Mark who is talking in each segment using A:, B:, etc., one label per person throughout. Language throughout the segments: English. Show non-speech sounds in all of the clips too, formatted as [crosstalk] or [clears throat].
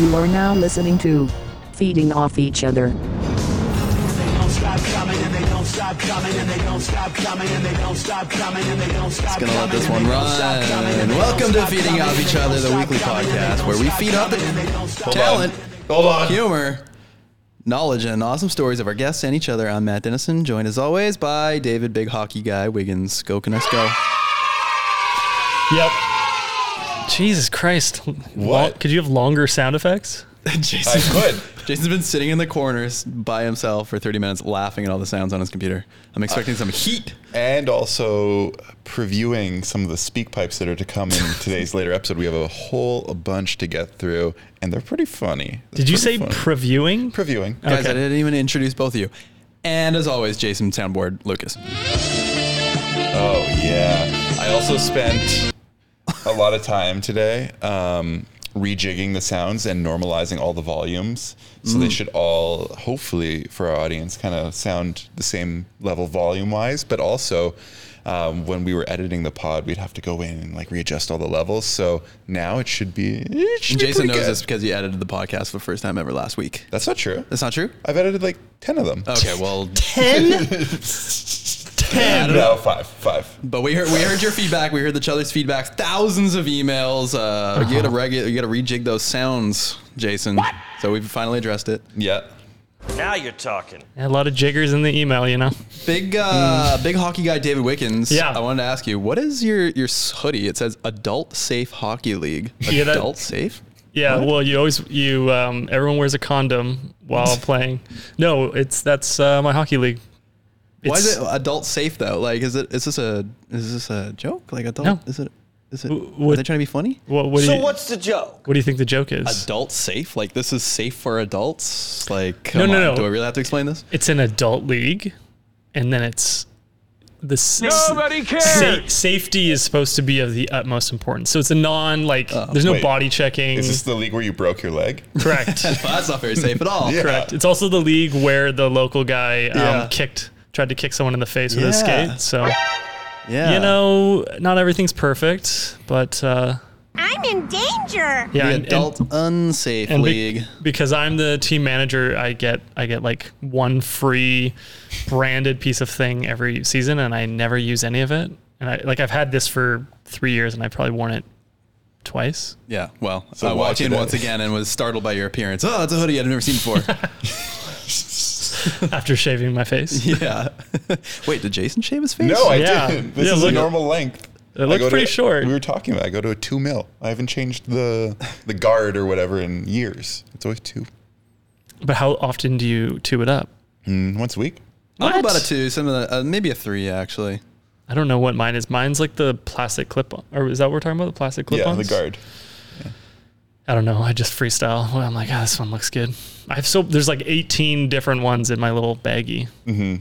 A: You are now listening to Feeding Off Each Other.
B: Just gonna let this one run. Welcome to Feeding Off Each Other, the weekly podcast where we feed off the talent,
C: Hold on.
B: humor, knowledge, and awesome stories of our guests and each other. I'm Matt Dennison, joined as always by David Big Hockey Guy Wiggins. Go Canucks
C: [laughs]
B: go.
D: Yep. Jesus Christ. Lo- Could you have longer sound effects?
C: I
B: Jason,
C: could.
B: Jason's been sitting in the corners by himself for 30 minutes laughing at all the sounds on his computer. I'm expecting some heat.
C: And also previewing some of the speak pipes that are to come in today's later episode. We have a whole bunch to get through, and they're pretty funny.
D: Did you say
C: Pretty funny. [laughs]
D: previewing?
C: previewing?
B: Guys,
D: Okay.
B: I didn't even introduce both of you. And as always, Jason Soundboard Lucas.
C: Oh yeah. I also spent a lot of time today um, rejigging the sounds and normalizing all the volumes, so
B: Mm.
C: they should all, hopefully, for our audience, kind of sound the same level volume-wise. But also, um, when we were editing the pod, we'd have to go in and like readjust all the levels. So now it should be. It should
B: And
C: be
B: Jason
C: pretty
B: knows
C: good.
B: this because he edited the podcast for the first time ever last week.
C: That's not true.
B: That's not true?
C: I've edited like ten of them.
D: [laughs]
B: Okay, well,
C: I don't know. Five, five.
B: but we heard we heard your feedback. We heard each other's feedback. Thousands of emails. Uh, You
D: Uh-huh.
B: gotta regu- you gotta rejig those sounds, Jason. So we've finally addressed it.
C: Yeah.
E: Now you're talking.
D: A lot of jiggers in the email, you know?
B: Big uh, big hockey guy David Wickens.
D: Mm. Yeah.
B: I wanted to ask you, what is your your s- hoodie? It says Adult Safe Hockey League.
D: Yeah, that-
B: Adult Safe.
D: Yeah, well, you always, you, um, everyone wears a condom while playing. No, it's, that's uh, my hockey league.
B: Why is
D: It's-
B: it adult safe though? Like, is it is this a is this a joke? Like adult?
D: No.
B: Is it is it? are
D: what-
B: they trying to be funny?
D: What, what, do
E: So
D: you,
E: what's the joke?
D: what do you think the joke is?
B: Adult safe? Like this is safe for adults? Like
D: No,
B: come
D: no,
B: on,
D: no.
B: Do I really have to explain this?
D: It's an adult league, and then it's the s-
E: Nobody cares.
D: sa- safety is supposed to be of the utmost importance. So it's a non like there's no
C: Wait.
D: body checking.
C: Is this
B: Mm.
C: the league where you broke your leg?
D: Correct. [laughs]
B: Well, that's not very safe at [laughs] all.
D: Correct. It's also the league where the local guy um,
B: Yeah.
D: kicked, tried to kick someone in the face with his
B: Yeah.
D: skate. So
B: Yeah.
D: you know, not everything's perfect, but uh,
F: I'm in danger.
D: yeah,
B: the
D: and- and-
B: adult unsafe
D: and be-
B: league.
D: because I'm the team manager, I get I get like one free branded piece of thing every season, and I never use any of it. And I like I've had this for three years, and I probably worn it twice.
B: yeah. Well,
C: So
B: I
C: why
B: walked in
C: today?
B: once again and was startled by your appearance. Oh, it's a hoodie I've never seen before.
D: after [laughs] shaving my face.
B: [laughs] yeah. [laughs] Wait, did Jason shave his face?
C: No, I
D: Yeah.
C: didn't. This
D: Yeah,
C: is
D: look-
C: a normal length.
D: It looks
C: I go to-
D: pretty short.
C: We were talking about. I go to a two mil. I haven't changed the the guard or whatever in years. It's always two
D: But how often do you tube it up?
C: Mm, once a week.
B: What? about a two? Some of the, uh, maybe a three actually.
D: I don't know what mine is. Mine's like the plastic clip, or is that what we're talking about? The plastic clip
C: yeah,
D: on
C: the guard.
D: I don't know. I just freestyle. Well, I'm like, ah, this one looks good. I have so there's like 18 different ones in my little baggie.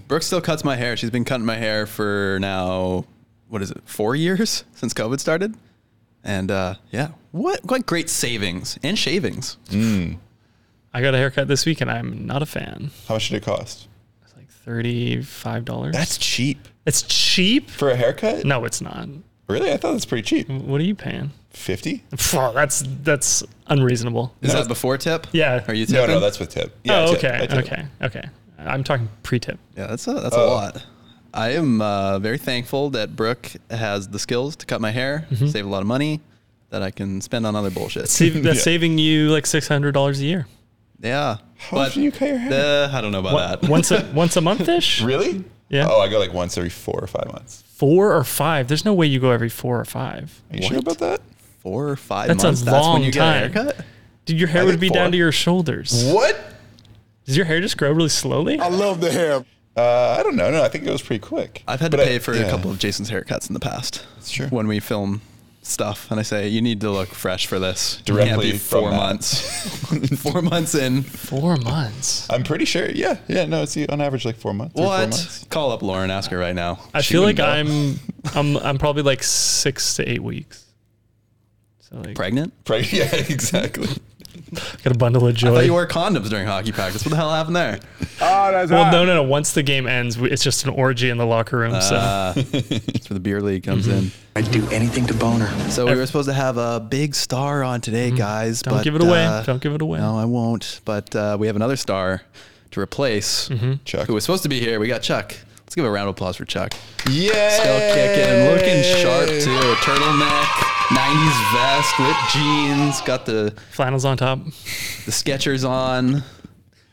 B: Brooke still cuts my hair. She's been cutting my hair for now, what is it, four years since COVID started? And uh, yeah, what quite great savings and shavings.
D: I got a haircut this week, and I'm not a fan.
C: How much did it cost?
D: It's like 35 dollars.
C: That's cheap
D: It's cheap.
C: for a haircut.
D: No, it's not.
C: Really, I thought that's pretty cheap.
D: What are you paying?
C: Fifty?
D: Pho, that's that's unreasonable.
B: Is that before tip?
D: Yeah.
B: Are you
C: No,
B: tipping?
C: no, that's with tip. Yeah,
D: oh,
C: tip.
D: okay,
C: I tip.
D: okay, okay. I'm talking
C: [laughs]
D: pre-tip.
B: yeah, that's a,
C: Uh,
B: that's a lot. I am uh, very thankful that Brooke has the skills to cut my hair,
D: Mm-hmm.
B: save a lot of money that I can spend on other bullshit.
D: Save, that's
C: Yeah.
D: saving you like six hundred dollars a year.
B: Yeah.
C: How much do you cut your hair?
B: Uh, I don't know about
D: What-
B: that.
C: [laughs]
D: once a once a month ish.
C: Really?
D: Yeah.
C: Oh, I go like once every four or five months.
D: Four or five. There's no way you go every four or five.
C: Are you sure about that?
B: [laughs] Four or five
D: That's a
B: months. that's when
D: long
B: you
D: time.
B: get a haircut?
D: Dude, your hair
C: I
D: would
C: think
D: be
C: four.
D: down to your shoulders.
C: What?
D: Does your hair just grow really slowly?
C: Uh, I don't know. No, I think it was pretty quick.
B: I've had to
C: But I-
B: pay for a
C: yeah.
B: couple of Jason's haircuts in the past. That's
C: true.
B: When we film stuff, and I say you need to look fresh for this. You
C: Directly
B: can't be
C: from
B: four
C: that. [laughs]
B: months. [laughs] four months in.
D: Four months.
C: I'm pretty sure. Yeah, yeah. No, it's on average like four months. three, Four months.
B: What? Call up Lauren, ask her right now.
D: I
B: She
D: feel like
B: wouldn't know.
D: I'm I'm I'm probably like six to eight weeks. So like
B: pregnant. [laughs]
C: Right. Yeah, exactly.
D: Got a bundle of
B: I
D: joy.
B: thought you wore condoms during hockey practice. What the hell happened there?
G: Oh, that's
D: well,
G: hot.
D: no, no, no. Once the game ends, we- it's just an orgy in the locker room. so
B: Uh, That's where the beer league comes
H: I'd do anything to boner.
B: in. Mm-hmm. So we were supposed to have a big star on today, guys.
D: Mm-hmm. don't
B: but,
D: give it away.
B: uh,
D: don't give it away.
B: No, I won't. But uh, we have another star to replace
D: Mm-hmm.
C: Chuck.
B: who was supposed to be here. We got Chuck. Let's give a round of applause for Chuck.
C: Yeah.
B: Still kicking, looking sharp too. Turtleneck, 90s vest, ripped jeans, got the,
D: Flannels on top.
B: the Skechers on,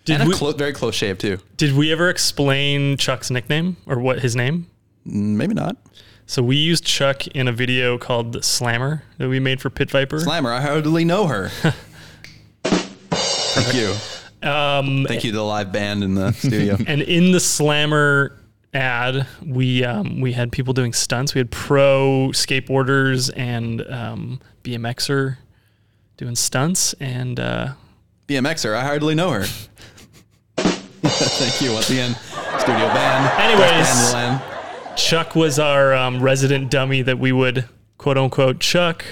D: Did
B: and
D: we,
B: a clo- very close shave too.
D: did we ever explain Chuck's nickname or what his name?
B: Maybe not.
D: So we used Chuck in a video called the Slammer that we made for Pit Viper.
B: Slammer, I hardly know her.
D: [laughs]
B: Thank you. Um, Thank you to the live band in the studio.
D: and in the slammer ad we um, we had people doing stunts we had pro skateboarders and um, bmxer doing stunts and uh,
B: BMXer, I hardly know her. [laughs] Thank you once again, studio band.
D: anyways
B: And Len.
D: chuck was our um, resident dummy that we would quote unquote chuck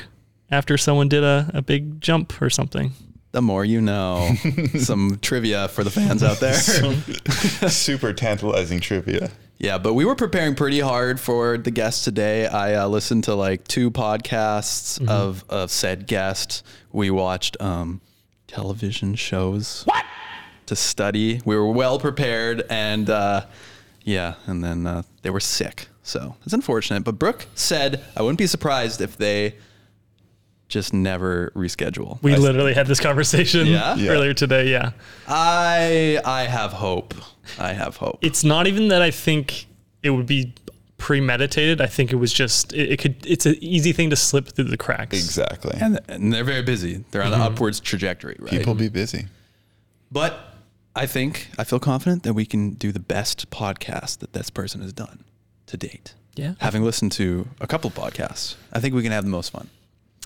D: after someone did a, a big jump or something
B: The more you know. Some trivia for the fans out there.
C: [laughs] Super tantalizing trivia.
B: Yeah, but we were preparing pretty hard for the guest today. I uh, listened to like two podcasts of, of said guest. We watched um, television shows. What? To study. We were well prepared and uh, yeah, and then uh, they were sick. So it's unfortunate. But Brooke said, I wouldn't be surprised if they just never reschedule.
D: we
B: I,
D: literally had this conversation
B: Yeah? Yeah.
D: earlier today yeah
B: I, I have hope. I have hope.
D: it's not even that I think it would be premeditated. I think it was just it, it could. It's an easy thing to slip through the cracks.
C: Exactly.
B: and, and they're very busy. They're on an upwards trajectory, right?
C: People be busy.
B: But I think I feel confident that we can do the best podcast that this person has done to date.
D: Yeah.
B: Having listened to a couple podcasts, I think we can have the most fun.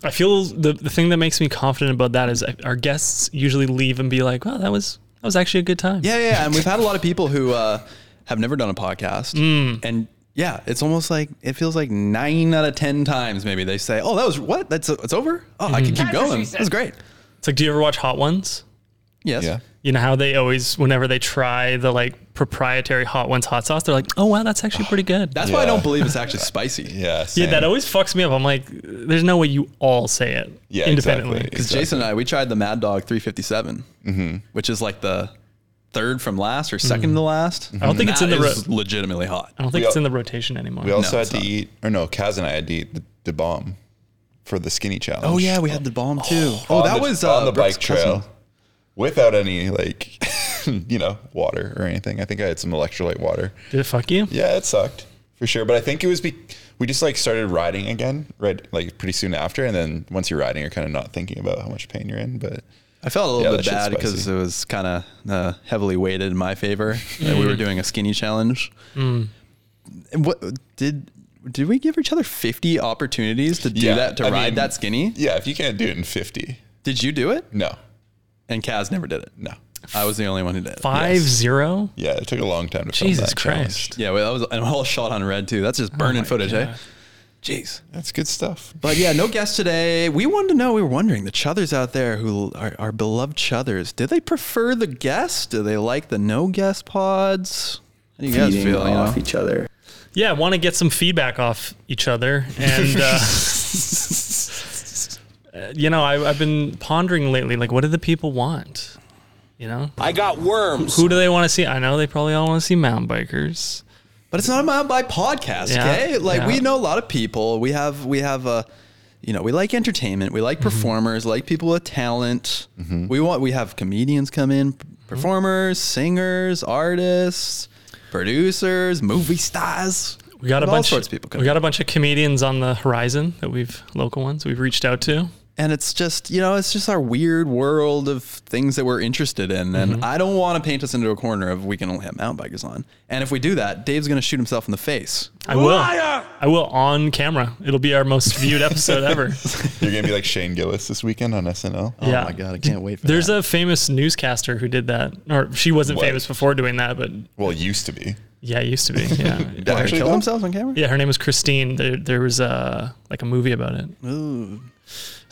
D: I feel the the thing that makes me confident about that is I- our guests usually leave and be like, "Wow, that was that was actually a good time."
B: Yeah, yeah. yeah. and we've had a lot of people who uh, have never done a podcast, and yeah, it's almost like it feels like nine out of ten times maybe they say, "Oh, that was what? That's it's over. Oh, I can keep going. That was great."
D: It's like, do you ever watch Hot Ones?
B: Yes.
C: Yeah.
D: You know how they always, whenever they try the like proprietary Hot Ones hot sauce, they're like, "Oh wow, that's actually pretty good."
B: That's why I
C: Yeah.
B: don't believe it's
C: [laughs]
B: actually spicy.
C: Yeah.
D: yeah,
C: same.
D: that always fucks me up. I'm like, there's no way you all say it
C: Yeah,
D: independently.
C: exactly. Mm-hmm.
B: Because Jason and I, we tried the Mad Dog 357, which is like the third from last or 2nd to last. Mm-hmm. I
D: don't think it's in the ro-
B: legitimately hot.
D: I don't think
C: We
D: it's
C: al-
D: in the rotation anymore.
C: We also
B: No,
C: had
B: it's
C: to
B: not.
C: eat, or no, Kaz and I had to eat the, the bomb for the skinny challenge.
B: Oh yeah, we had the bomb too. Oh,
C: On
B: that
C: the-
B: was uh,
C: on the
B: Brooke's
C: bike trail
B: cousin.
C: without any like, [laughs] you know, water or anything. I think I had some electrolyte water.
D: Did it fuck you?
C: Yeah, it sucked for sure. But I think it was be we just like started riding again, right? Like pretty soon after, and then once you're riding, you're kind of not thinking about how much pain you're in. But
B: I felt a little
C: Yeah,
B: bit
C: that shit's
B: bad because
C: spicy.
B: it was kind of uh, heavily weighted in my favor. that we were doing a skinny challenge. Mm. And what did did we give each other 50 opportunities to do
C: Yeah,
B: that to
C: I
B: ride
C: mean-
B: that skinny?
C: yeah, if you can't do it in 50,
B: Did you do it?
C: no,
B: And Kaz never did it.
C: no,
B: I was the only one who did. it.
D: Five zero.
C: yeah, it took a long time to. film
D: Jesus
C: that challenge.
D: Christ.
B: Yeah, well, that was and a whole shot on red too. That's just burning
D: my
B: footage, eh?
D: God.
B: Jeez.
C: that's good stuff.
B: But yeah, no guests today. We wanted to know, we were wondering, the chuthers out there who are our beloved chuthers, do they prefer the guests? Do they like the no guest pods? How do you guys
H: Feeding
B: feel? you know?
H: off each other.
D: yeah, want to get some feedback off each other. And,
B: [laughs]
D: uh, uh, you know, I, I've been pondering lately, like, what do the people want? You know,
E: I got worms.
D: who do they want to see? I know they probably all want to see mountain bikers.
B: But it's not a mountain bike podcast,
D: Yeah,
B: okay? Like
D: yeah.
B: we know a lot of people. We have we have a you know, we like entertainment, we like
D: Mm-hmm.
B: performers, like people with talent. We want we have comedians come in, p-
D: Mm-hmm.
B: performers, singers, artists, producers, movie stars.
D: We got a
B: all
D: bunch.
B: sorts of people
D: we
B: coming.
D: got a bunch of comedians on the horizon that we've local ones we've reached out to.
B: and it's just you know it's just our weird world of things that we're interested in and
D: Mm-hmm.
B: i don't want to paint us into a corner of we can only have mountain bikers on and if we do that dave's going to shoot himself in the face
D: I will. I will on camera. It'll be our most viewed episode ever.
C: You're gonna be like Shane Gillis this weekend on SNL.
B: [laughs]
D: yeah.
B: oh my god i can't wait for
D: There's
B: that
D: a famous newscaster who did that, or she wasn't
C: What?
D: famous before doing that, but
C: Well, used to be.
D: yeah, used to be. Yeah.
C: Did
B: Did they
C: actually
B: kill
C: though?
B: themselves on camera
D: Yeah, her name was uh, Christine. There, there was a like a movie about it. Isn't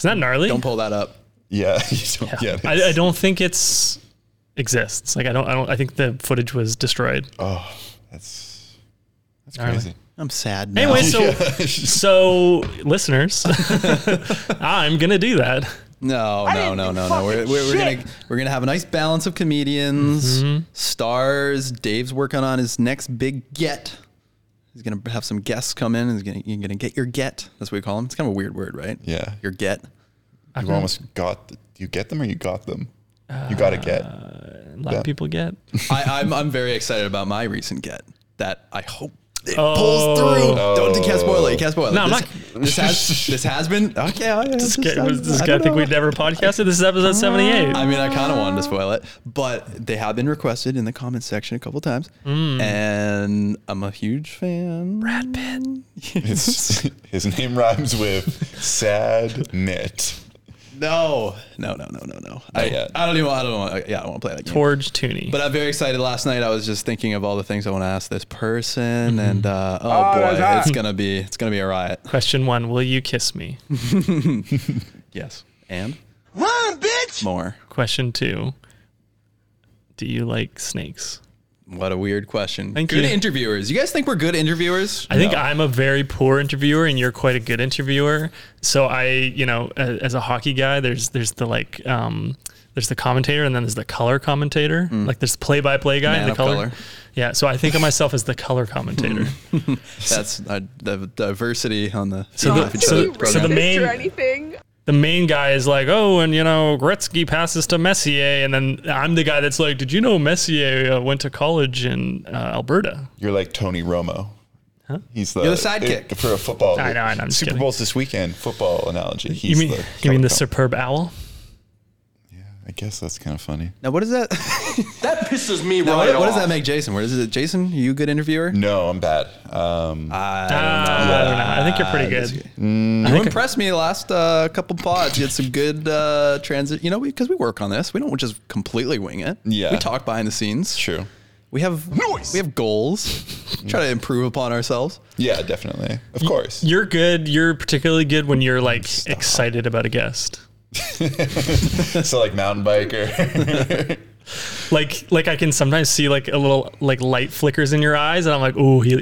D: that gnarly?
B: don't pull that up
C: Yeah, [laughs] you don't get it.
D: I, I don't think it's exists. Like I don't I don't I think the footage was destroyed.
B: Oh,
C: That's that's
D: Gnarly.
C: crazy.
B: I'm sad now.
D: Anyway, so
C: [laughs]
D: so listeners, [laughs] I'm gonna do that.
B: [laughs] No, no,
E: didn't
B: no,
E: do
B: no, no. We're,
E: fucking
B: we're, we're
E: shit.
B: gonna we're gonna have a nice balance of comedians,
D: Mm-hmm.
B: stars. Dave's working on his next big get. He's gonna have some guests come in. And he's gonna you're gonna get your get. That's what we call them. It's kind of a weird word, right?
C: Yeah.
B: your get.
C: You almost got. th- You get them or you got them. You gotta get.
D: A lot
C: Yeah.
D: of people get.
B: I, I'm I'm very excited about my recent get that I hope it
D: Oh.
B: pulls through. Don't you can't spoil it. You can't spoil it.
D: No, I'm
B: this, this has this has been okay. I, this
D: This guy, was, this
B: I
D: guy
B: don't
D: think
B: know.
D: we'd never podcasted. This is episode 78.
B: I mean, I kind of wanted
D: Uh.
B: to spoil it, but they have been requested in the comments section a couple times,
D: Mm.
B: and I'm a huge fan. Brad Pitt.
C: It's, his [laughs] name rhymes with sad knit.
B: No, no, no, no, no, no. I,
C: yet.
B: I don't even. I don't. Want, yeah, I don't want to play that game.
D: Forge Tooney.
B: But I'm very excited. Last night, I was just thinking of all the things I want to ask this
D: Mm-hmm.
B: person, and uh, oh
E: Ah,
B: boy, it's gonna be it's gonna be a riot.
D: Question one Will you kiss me?
B: Yes, and
E: Run, bitch!
B: more.
D: Question two Do you like snakes?
B: What a weird question.
D: Thank
B: good
D: you.
B: interviewers. You guys think we're good interviewers?
D: I think I'm a very poor interviewer, and you're quite a good interviewer. So I, you know, a- as a hockey guy, there's there's the like, um, there's the commentator, and then there's the color commentator. Like there's the play-by-play guy
B: Man
D: and the
B: of
D: Mm. color. Mm.
B: color.
D: Yeah. So I think of myself as the color commentator.
B: that's uh, the diversity on the.
D: So the- so- so the main-
G: or anything.
D: the main guy is like, oh, and you know, Gretzky passes to Messier, and then I'm the guy that's like, did you know Messier uh, went to college in uh, Alberta?
C: You're like Tony Romo. He's the,
B: You're the sidekick.
C: it- for a football.
D: I know, I know, I'm just
C: Super
D: kidding.
C: Bowl's this weekend. Football analogy. He's
D: You mean
C: the
D: you mean the
C: color
D: superb owl?
C: com- I guess that's kind of funny.
B: Now, what is that?
E: That pisses me
B: Now,
E: right
B: what, what does
E: off.
B: that make Jason? Where is it? Jason, you a good interviewer?
C: No, I'm bad. Um,
D: Ah, I don't know. I think you're pretty good.
B: You impressed me last uh, couple pods. You had some good uh, transit. You know, because we, work on this, we don't just completely wing it.
C: Yeah.
B: we talk behind the scenes.
C: true.
B: We have we have goals. Try to improve upon ourselves.
C: Yeah, definitely. Of course.
D: You're good. You're particularly good when you're like excited about a guest.
C: so like
B: [laughs]
C: mountain biker.
D: Like like I can sometimes see like a little like light flickers in your eyes, and I'm like, oh, he, he's,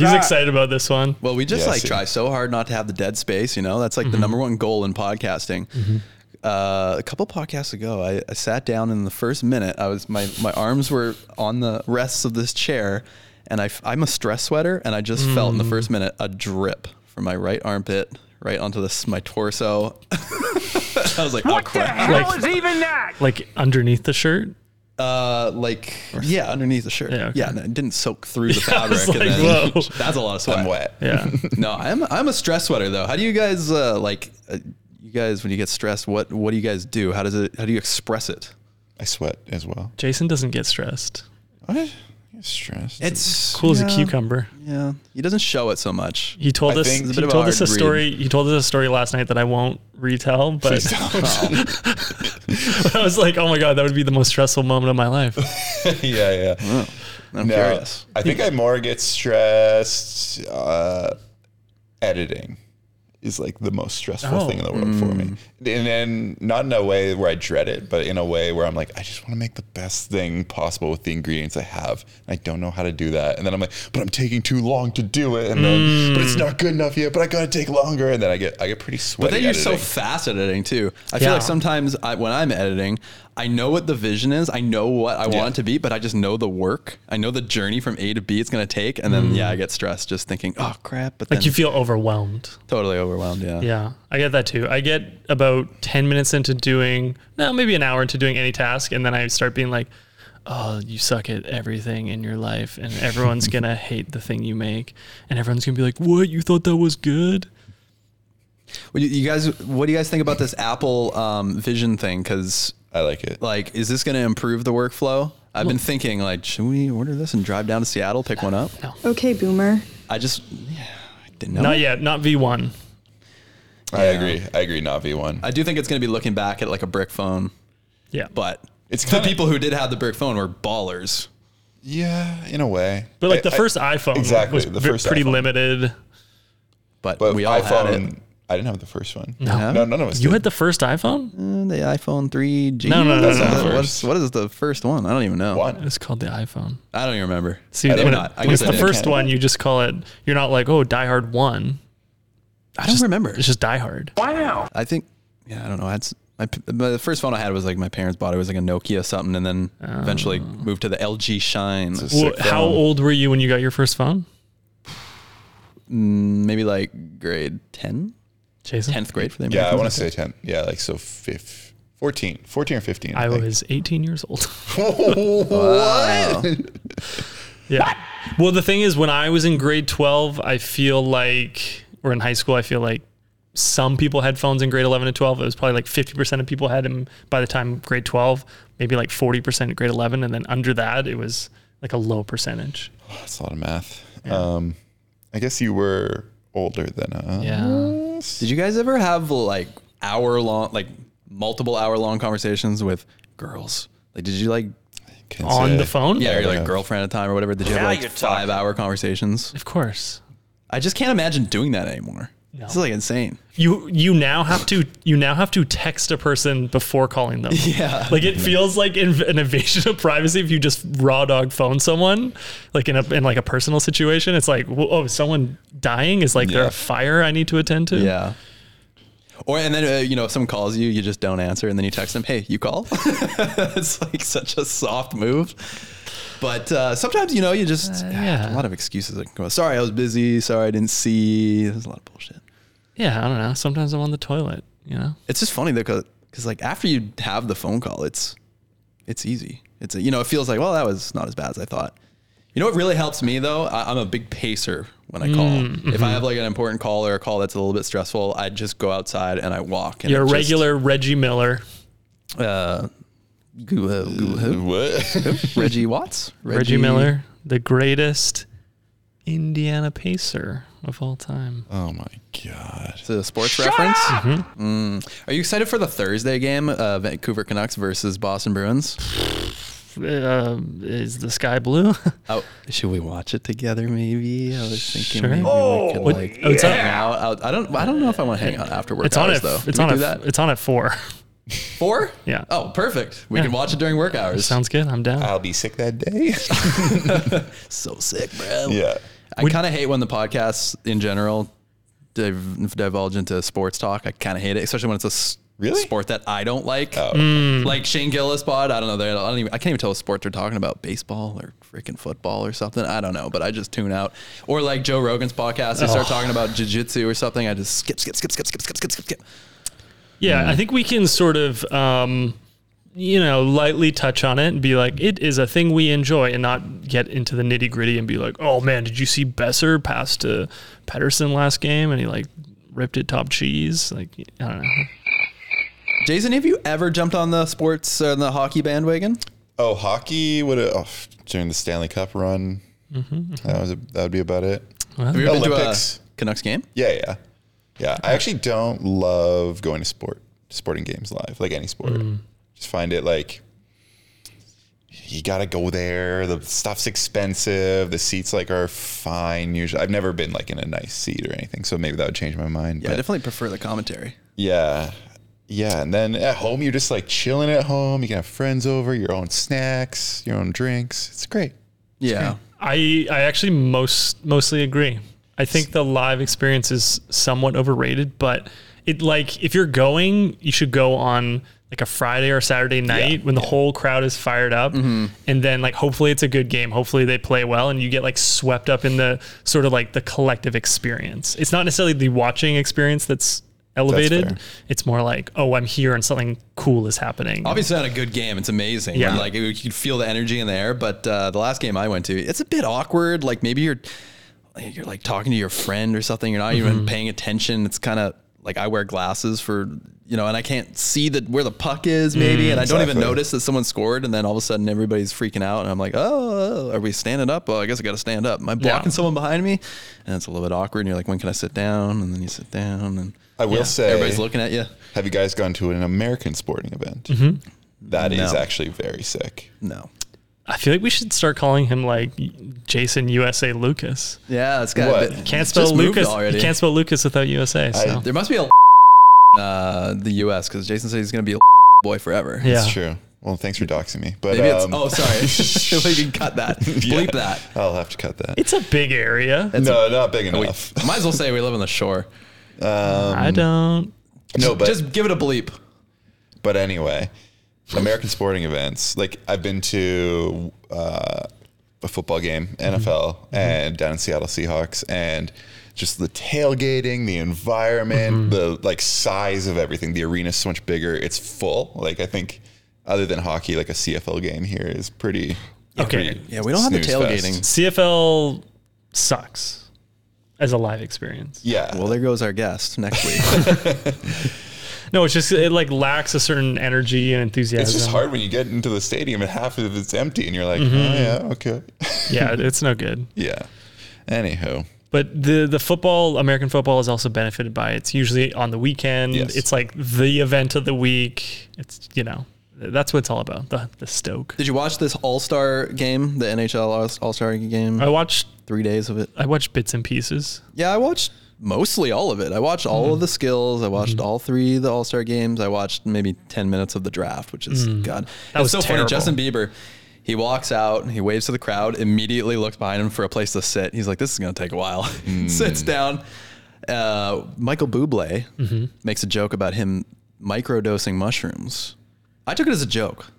D: he's excited about this one.
B: Well, we just
C: Yeah, I
B: like
C: see.
B: try so hard not to have the dead space. You know, that's like the
D: Mm-hmm.
B: number one goal in podcasting. Uh, a couple podcasts ago, I, I sat down in the first minute. I was my my arms were on the rests of this chair, and I f- I'm a stress sweater, and I just felt in the
D: Mm.
B: first minute a drip from my right armpit right onto this my torso. [laughs] I was like, oh crap!
D: Like like underneath the shirt.
B: Uh, like yeah, underneath the shirt.
D: Yeah,
B: Yeah,
D: okay.
B: and it didn't soak through the
D: [laughs] I was
B: fabric. and
D: like,
B: then,
D: whoa.
B: that's a lot of sweat.
C: I'm wet.
B: [laughs]
D: Yeah.
B: No, I'm I'm a stress sweater though. How do you guys uh, like? Uh, you guys, when you get stressed, what what do you guys do? How does it? How do you express it?
C: I sweat as well.
D: Jason doesn't get stressed.
C: What? You're stressed.
B: It's [laughs]
D: Cool as a cucumber.
B: Yeah, he doesn't show it so much.
D: He told
C: I
D: us
C: think-
D: he
C: It's
B: a bit of a
D: told us a
B: hard read.
D: story. He told us a story last night that I won't retell, but [laughs] I was like, "Oh my god, that would be the most stressful moment of my
B: [laughs]
D: life."
C: [laughs] yeah, yeah.
B: I'm
C: No,
B: curious.
C: I think I more get stressed. Uh, editing is like the most stressful
D: Oh.
C: thing in the world for
B: Mm.
C: me, and then not in a way where I dread it, but in a way where I'm like, I just want to make the best thing possible with the ingredients I have. And I don't know how to do that, and then I'm like, but I'm taking too long to do it, and then, but it's not good enough yet. But I gotta take longer, and then I get I get pretty sweaty.
B: But then you're so
C: editing.
B: fast at editing too. I
D: Yeah.
B: feel like sometimes I, when I'm editing, I know what the vision is. I know what I
C: Yeah.
B: want it to be, but I just know the work. I know the journey from A to B it's going to take, and then yeah, I get stressed just thinking, oh crap. But
D: Mm. Like
B: then
D: you feel overwhelmed.
B: totally overwhelmed. Yeah.
D: Yeah, I get that too. I get about ten minutes into doing, no, maybe an hour into doing any task, and then I start being like, "Oh, you suck at everything in your life, and
B: [laughs]
D: everyone's gonna hate the thing you make, and everyone's gonna be like, what? You thought that was good?'"
B: Well, you, you guys, what do you guys think about this Apple um, Vision thing? Because
C: I like it.
B: like is this going to improve the workflow i've been thinking like should we order this and drive down to seattle pick one up
G: Okay, boomer.
B: i just yeah, i didn't know
D: Not yet. Not V one.
C: I agree. I agree. Navi one.
B: i do think it's going to be looking back at like a brick phone
D: Yeah,
B: but it's
C: It's kinda-
B: the people who did have the brick phone were ballers
C: yeah, in a way.
D: but like
C: I-
D: the
C: I-
D: first iPhone
C: Exactly,
D: was
C: the
D: ve-
C: first
D: pretty
C: iPhone.
D: limited.
B: but,
C: but
B: we all
C: iPhone
B: had it
C: I didn't have the first one.
B: No?
C: no none of us.
D: You
C: did.
D: had the first iPhone?
B: Uh, the iPhone 3G.
D: No, no, no,
B: That's
D: no,
B: not
C: no.
B: the- what's, what is the first one? I don't even know.
C: one.
D: It's called the iPhone.
B: I don't even remember.
D: See,
B: I did
D: when,
B: not.
D: it-
B: I
D: when
B: guess
D: it's
B: I
D: the
B: didn't.
D: first
C: count.
D: one, you just call it. You're not like, oh, Die Hard One.
B: I don't remember.
D: It's just Die Hard.
B: I think. Yeah, I don't know. That's my, p- my the first phone I had was like my parents bought. It was like a Nokia something, and then
D: Oh.
B: eventually moved to the LG Shine.
D: Well, how old were you when you got your first phone,
B: Maybe like grade 10,
D: Jason?
B: 10th grade for the
C: Yeah, I
B: American
D: [laughs]
C: want to
B: Legion.
C: say 10. Yeah, like so fif- 14, 14 or 15.
D: I
C: think.
D: was 18 years old. [laughs]
C: [laughs]
B: Wow.
D: Yeah. Well, the thing is, when I was in grade 12, I feel like, or in high school, I feel like some people had phones in grade 11 and 12. It was probably like 50% of people had them by the time grade 12, maybe like 40% grade 11. And then under that, it was like a low percentage.
C: That's a lot of math. Um, I guess you were older than uh, us.
D: Yeah.
B: Did you guys ever have like hour long, like multiple hour long conversations with girls? Like, did you like,
C: Can
D: On
C: say-
D: the phone?
B: yeah, your like
C: yeah.
B: girlfriend at the time or whatever? Did you have
E: Now
B: like
E: you're
B: five
E: talking.
B: hour conversations?
D: Of course.
B: I just can't imagine doing that anymore. It's like insane.
D: You you now have to you now have to text a person before calling
B: [laughs]
D: them.
B: Yeah.
D: Like it feels like inv- an invasion of privacy if you just raw dog phone someone, like in a in like a personal situation. It's like, well, oh, someone dying is like they're
C: Yeah.
D: a fire I need to attend to.
B: Yeah. Or and then uh, you know if someone calls you, you just don't answer, and then you text them, "Hey, you call." [laughs] it's like such a soft move. But uh, sometimes you know you just
D: yeah.
B: a lot of excuses that can come. up. Sorry, I was busy. Sorry, I didn't see. There's a lot of bullshit.
D: yeah. I don't know. Sometimes I'm on the toilet. You know.
B: It's just funny though, because like after you have the phone call, it's it's easy. It's you know it feels like well that was not as bad as I thought. You know what really helps me though? I, I'm a big pacer when I
D: Mm,
B: call.
D: mm-hmm.
B: If I have like an important call or a call that's a little bit stressful, I just go outside and I walk. And
D: You're
B: it
D: a
B: just-
D: regular Reggie Miller.
B: uh, goo- uh, goo- who?
D: [laughs]
C: What?
B: [laughs] Reggie Watts,
D: Reggie Miller, the greatest Indiana Pacer of all time.
C: oh my god.
B: It's a sports reference.
D: Mm-hmm.
B: Mm. Are you excited for the Thursday game, uh, Vancouver Canucks versus Boston Bruins?
D: Uh, is the sky blue?
B: Oh, should we watch it together? Maybe I was thinking
D: Sure.
B: maybe we could
D: What-
B: like
D: oh, it's on-
B: hang out. out. I don't. I don't know if I want to hang out after work
D: it's on
B: hours
D: at
B: though.
D: it's
B: Can
D: on
B: we
D: at
B: do that
D: it's on at four.
B: four.
D: Yeah.
B: Oh, perfect. We
D: Yeah.
B: can watch it during work hours.
D: Sounds good. I'm down.
C: I'll be sick that
D: [laughs]
C: day.
B: so sick, bro.
C: [laughs]
D: Oh.
C: yeah.
B: I kind of hate when the podcasts in general div- divulge into sports talk. I kind of hate it, especially when it's a s-
C: Really? Oh. Hmm.
B: sport that I don't like. Mm. Like Shane Gillis pod. I don't know. They- I don't even. I can't even tell what sport they're talking about. Baseball or freaking football or something. I don't know. But I just tune out. Or like Joe Rogan's podcast. They start talking about jujitsu or something. I just skip, skip, skip, skip, skip, skip, skip, skip, skip.
D: Yeah, I think we can sort of, um, you know, lightly touch on it and be like, it is a thing we enjoy, and not get into the nitty gritty and be like, oh man, did you see Besser pass to Pedersen last game and he like ripped it top cheese? Like, I don't know.
B: Jason, have you ever jumped on the sports uh, the hockey bandwagon?
C: Oh, hockey would oh, during the Stanley Cup run.
D: Mm-hmm,
C: That was that would be about it.
B: Have you ever
C: Olympics.
B: been to a Canucks game?
C: Yeah, yeah. Yeah, I actually don't love going to sport sporting games live, like any sport. Just find it like you got to go there. The stuff's expensive. The seats like are fine usually. I've never been like in a nice seat or anything, so maybe that would change my mind.
B: Yeah, I
C: but
B: definitely prefer the commentary.
C: yeah. Yeah, and then at home you're just like chilling at home. You can have friends over, your own snacks, your own drinks. It's great.
B: Yeah.
D: I I actually most mostly agree. I think the live experience is somewhat overrated, but it like if you're going, you should go on like a Friday or Saturday night when the whole crowd is fired up and then like hopefully it's a good game, hopefully they play well and you get like swept up in the sort of like the collective experience. It's not necessarily the watching experience that's elevated.
C: fair.
D: it's more like, oh, I'm here and something cool is happening.
B: Obviously not a good game. It's amazing.
D: Yeah.
B: Yeah. Like you can feel the energy in the air. But uh, the last game I went to, it's a bit awkward. Like maybe you're you're like talking to your friend or something. You're not
C: Mm-hmm.
B: even paying attention. It's kind of like I wear glasses for you know, and I can't see that where the puck is maybe, and I don't even
C: Mm, Exactly.
B: notice that someone scored, and then all of a sudden everybody's freaking out, and I'm like, oh, are we standing up? Well, I guess I got to stand up. Am I blocking someone behind me? And it's a little bit awkward. And you're like, when can I sit down? And then you sit down, and
C: I will say
B: everybody's looking at you.
C: Have you guys gone to an American sporting event? That is
B: No.
C: actually very sick.
B: No.
D: I feel like we should start calling him like Jason USA Lucas.
B: Yeah, it's got.
C: What?
B: A bit,
D: Can't
B: it's
D: spell
B: just moved
D: Lucas.
B: already.
D: You can't spell Lucas without USA. So
B: there must be a uh, the U.S. because Jason said he's gonna be a boy forever.
D: yeah,
C: That's true. Well, thanks for doxing me. But
B: Maybe it's.
C: um,
B: Oh, [laughs] sorry. we can cut that.
C: yeah,
B: Bleep that.
C: [laughs] I'll have to cut
B: [laughs]
C: that.
D: it's a big area.
C: no, not big
B: We,
C: enough. [laughs]
B: might as well say we live on the shore.
C: Um,
D: I don't.
C: no, but
B: Just give it a bleep.
C: but anyway, American sporting events. Like I've been to uh, a football game,
B: Mm-hmm.
C: NFL, and down in Seattle Seahawks, and just the tailgating, the
B: Mm-hmm.
C: environment, the like size of everything. The arena is so much bigger. It's full. Like I think, other than hockey, like a CFL game here is pretty.
D: Okay.
C: pretty
B: Yeah, we don't have the
C: snooze fest.
B: tailgating.
D: CFL sucks as a live experience.
C: Yeah.
B: Well, there goes our guest next week.
D: No, it's just it like lacks a certain energy and enthusiasm.
C: it's just hard when you get into the stadium and half of it's empty, and you're like,
B: Mm-hmm.
C: oh yeah, okay, [laughs]
D: Yeah, it's no good.
C: yeah. Anywho,
D: But the the football, American football, is also benefited by it. it's usually on the weekend.
C: Yes.
D: It's like the event of the week. It's you know that's what it's all about. The the Stoke.
B: [laughs] Did you watch this All Star game, the NHL All Star game?
D: I watched
B: Three days of it.
D: I watched bits and pieces.
B: Yeah, I watched mostly all of it. I watched all
D: Mm.
B: of the skills. I watched all three of the All Star games. I watched maybe ten minutes of the draft, which is god. That
D: Mm. was
B: so
D: terrible.
B: funny. Justin Bieber. He walks out, he waves to the crowd, immediately looks behind him for a place to sit. He's like, "This is gonna take a while." [laughs] Sits down. Uh, Michael Bublé
D: Mm-hmm.
B: makes a joke about him microdosing mushrooms. I took it as a joke.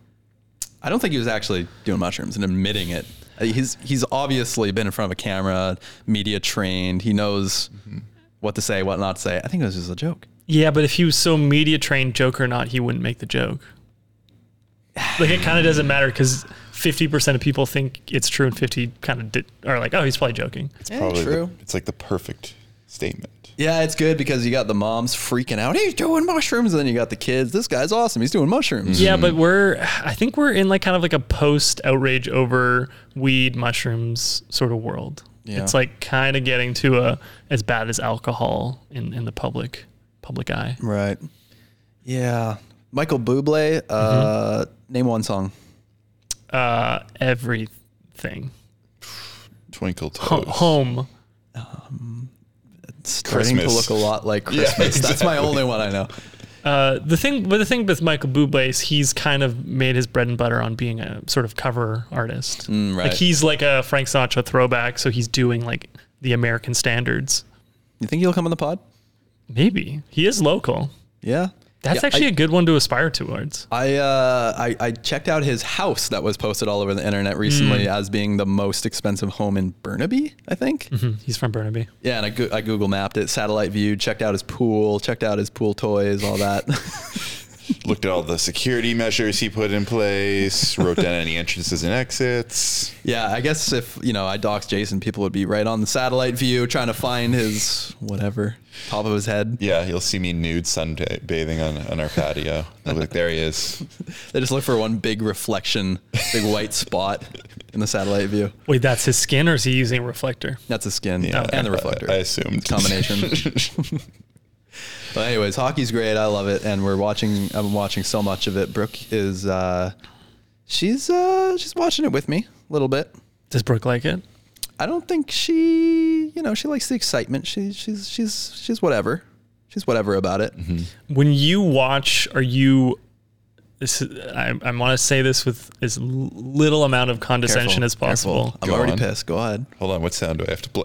B: I don't think he was actually doing mushrooms and admitting it. Uh, He's he's obviously been in front of a camera, media trained. He knows what to say, what not to say. I think it was just a joke.
D: Yeah, but if he was so media trained, joke or not, he wouldn't make the joke. Like it kind of doesn't matter because fifty percent of people think it's true, and fifty kind of di- are like, oh, he's probably joking.
C: it's probably the-
B: true.
C: it's like the perfect statement.
B: Yeah, it's good because you got the moms freaking out. He's doing mushrooms, and then you got the kids. This guy's awesome. He's doing mushrooms.
D: Yeah, but we're I think we're in like kind of like a post outrage over weed mushrooms sort of world.
B: Yeah.
D: It's like kind of getting to a as bad as alcohol in in the public public eye.
B: Right. Yeah. Michael Bublé. Uh, Name one song.
D: Uh everything.
B: [laughs]
C: Twinkle toes.
D: Ho- home.
B: It's starting to
C: Christmas.
B: look a lot like Christmas. That's my only one I know.
D: Uh, the thing, but the thing with Michael Bublé is he's kind of made his bread and butter on being a sort of cover artist.
B: Mm, right.
D: Like he's like a Frank Sinatra throwback, so he's doing like the American standards.
B: You think he'll come on the pod?
D: Maybe he is local.
B: Yeah.
D: That's
B: Yeah, I-
D: actually a good one to aspire towards.
B: I, uh, I I checked out his house that was posted all over the internet recently as being the most expensive home in Burnaby, I think.
D: He's from Burnaby.
B: Yeah, and I, go- I Google mapped it, satellite view, checked out his pool, checked out his pool toys, all that. [laughs]
C: Looked at all the security measures he put in place. Wrote down any entrances and exits.
B: yeah, I guess if you know I doxed Jason, people would be right on the satellite view trying to find his whatever top of his head.
C: Yeah, you'll see me nude sunbathing on on our patio. They'll be like, there he is.
B: They just look for one big reflection, big white spot in the satellite view.
D: Wait, that's his skin, or is he using a reflector?
B: That's his skin and the reflector.
C: I assumed
B: combination. but anyways, hockey's great. I love it, and we're watching. I'm watching so much of it. Brooke is, uh, she's uh, she's watching it with me a little bit.
D: Does Brooke like it?
B: I don't think she, you know, she likes the excitement. She, she's she's she's whatever. She's whatever about
D: Mm-hmm.
B: it.
D: When you watch, are you? This is, I, I want to say this with as little amount of condescension
B: Careful,
D: as possible.
B: I'm
C: Go
B: already
C: on.
B: pissed. Go ahead.
C: [laughs] Hold on, what sound do I have to play?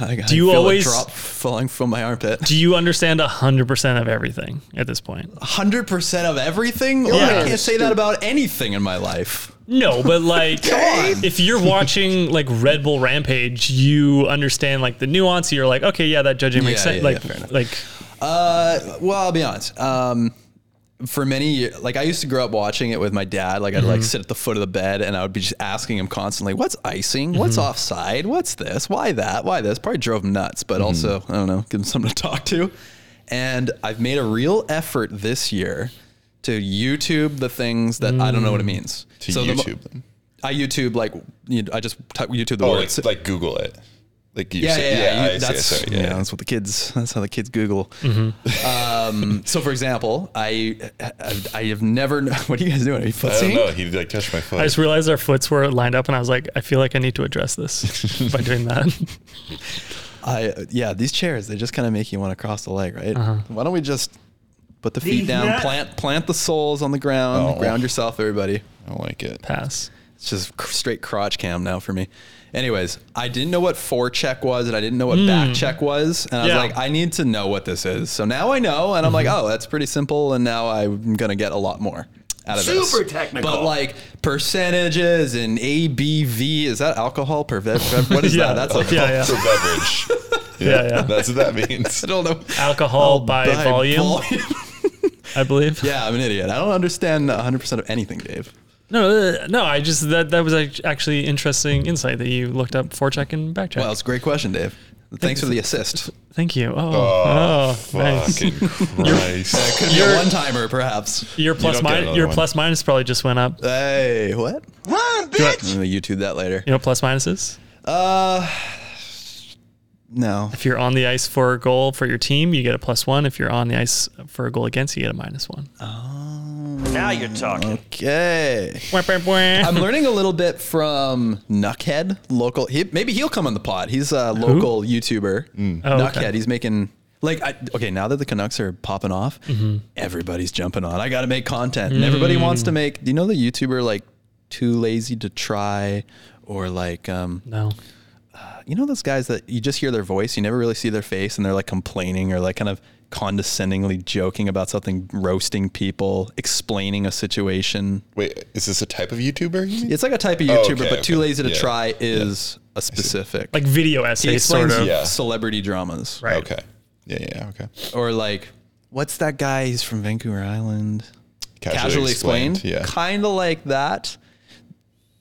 B: I, do
D: you always-
B: a drop falling from my armpit? [laughs]
D: Do you understand 100% of everything at this point?
B: Hundred percent of everything. Oh, I can't say that about anything in my life.
D: No, but like, if you're watching like Red Bull Rampage, you understand like the nuance. You're like, okay, yeah, that judging makes
B: Yeah,
D: sense.
B: yeah,
D: like,
B: yeah, fair enough.
D: like,
B: Uh, Well, I'll be honest. Um, for many years, like I used to grow up watching it with my dad. Like I'd
C: Mm-hmm.
B: like sit at the foot of the bed and I would be just asking him constantly, "What's icing? What's
C: Mm-hmm.
B: offside? What's this? Why that? Why this?" Probably drove him nuts,
C: Mm-hmm.
B: but also I don't know, give him something to talk to. And I've made a real effort this year to YouTube the things that I don't know what it means.
C: Mm. To
B: the mo-
C: YouTube them.
B: I YouTube like you know, I just type YouTube the
C: Oh,
B: words.
C: like, like Google it. Like you
B: Yeah,
C: said,
B: yeah, yeah.
C: I
B: You-
C: see,
B: that's
C: I see,
B: yeah. That's what the kids. That's how the kids Google. Um, so, for example, I, I I have never. kn- [laughs] What are you guys doing? Are you
C: I don't
B: footing?
C: know. He like touched my foot.
D: I just realized our foots were lined up, and I was like, I feel like I need to address this by doing that. [laughs]
B: I yeah. These chairs they just kind of make you want to cross the leg, right? Why don't we just put the feet
E: These
B: down,
E: nuts.
B: plant plant the soles on the ground,
C: Oh.
B: ground yourself, everybody.
C: I don't like it.
D: Pass.
B: It's just cr- straight crotch cam now for me. Anyways, I didn't know what forecheck was and I didn't know what back check was. And I was
D: Hmm. Yeah.
B: like,
D: Mm-hmm.
B: I need to know what this is. So now I know. And I'm like, oh, that's pretty simple. And now I'm going to get a lot more out of this.
E: Super technical.
B: But like percentages and ABV, is that alcohol per ve- ve- What is
D: [laughs]
B: that?
D: Yeah.
B: That's like,
D: Yeah, yeah.
C: For beverage.
D: [laughs] Yeah, yeah.
C: That's what that
B: [laughs]
C: means.
B: I don't know.
D: Alcohol by,
B: By
D: volume, I believe.
B: [laughs] yeah, I'm an idiot. I don't understand 100% of anything, Dave.
D: No, uh, no. I just that that was act- actually interesting insight that you looked up forecheck and backcheck.
B: Well, it's a great question, Dave. Thanks for the assist.
D: Thank you. Oh,
C: Oh,
D: oh, [laughs] nice.
C: Fucking
D: [laughs]
C: Christ.
B: Could be a
D: You're-
B: one timer, perhaps.
D: Your
C: don't
D: plus
C: get
D: minus,
C: another
D: your
C: one.
D: plus minus probably just went up.
B: Uh, Hey, what?
E: Run,
B: I'm
E: bitch!
B: gonna YouTube that later. Uh,
D: You know, plus minuses.
B: No.
D: If you're on the ice for a goal for your team, you get a plus one. If you're on the ice for a goal against, you get a minus one.
E: Now you're talking.
B: Okay.
D: [laughs] Wah, wah, wah. [laughs]
B: I'm learning a little bit from Nuckhead, local. He, maybe he'll come on the pod. He's a local YouTuber.
D: Oh,
B: Nuckhead.
D: okay.
B: He's making like I, okay now that the Canucks are popping off, everybody's jumping on. I got to make content, and everybody wants to make. Do you know the YouTuber like too lazy to try, or like um,
D: no.
B: you know those guys that you just hear their voice, you never really see their face, and they're like complaining or like kind of condescendingly joking about something, roasting people, explaining a situation.
C: Wait, is this a type of YouTuber? You mean?
B: It's like a type of YouTuber,
C: Oh, okay,
B: but too
C: okay.
B: lazy to
C: Yeah.
B: try is a specific.
D: Like video
B: he
D: essays, sort
B: explains
D: of.
C: Yeah.
B: celebrity dramas,
D: Right.
C: Okay. Yeah, yeah, okay.
B: or like what's that guy? He's from Vancouver Island. Casually, explained,
C: Yeah.
B: kind of like that.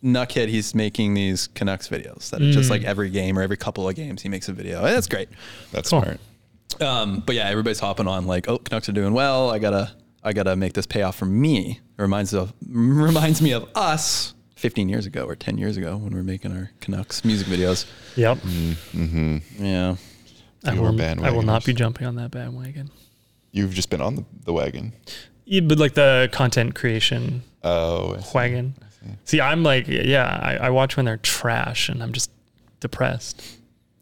B: Nuckhead, he's making these Canucks videos that are
D: Mm.
B: just like every game or every couple of games he makes a video. And that's great.
C: That's
D: Cool.
C: smart.
B: Um, but yeah, everybody's hopping on like, oh, Canucks are doing well. I gotta, I gotta make this payoff for me. It reminds of [laughs] reminds me of us 15 years ago or 10 years ago when we were making our Canucks music videos.
D: Yep.
B: Mm, Yeah,
D: I
C: You were
D: will, I will not
C: bandwagoners.
D: be jumping on that bandwagon.
C: You've just been on the, the wagon.
D: Yeah, but like the content creation
C: Oh, I see.
D: wagon. See, I'm like, yeah, I, I watch when they're trash, and I'm just depressed.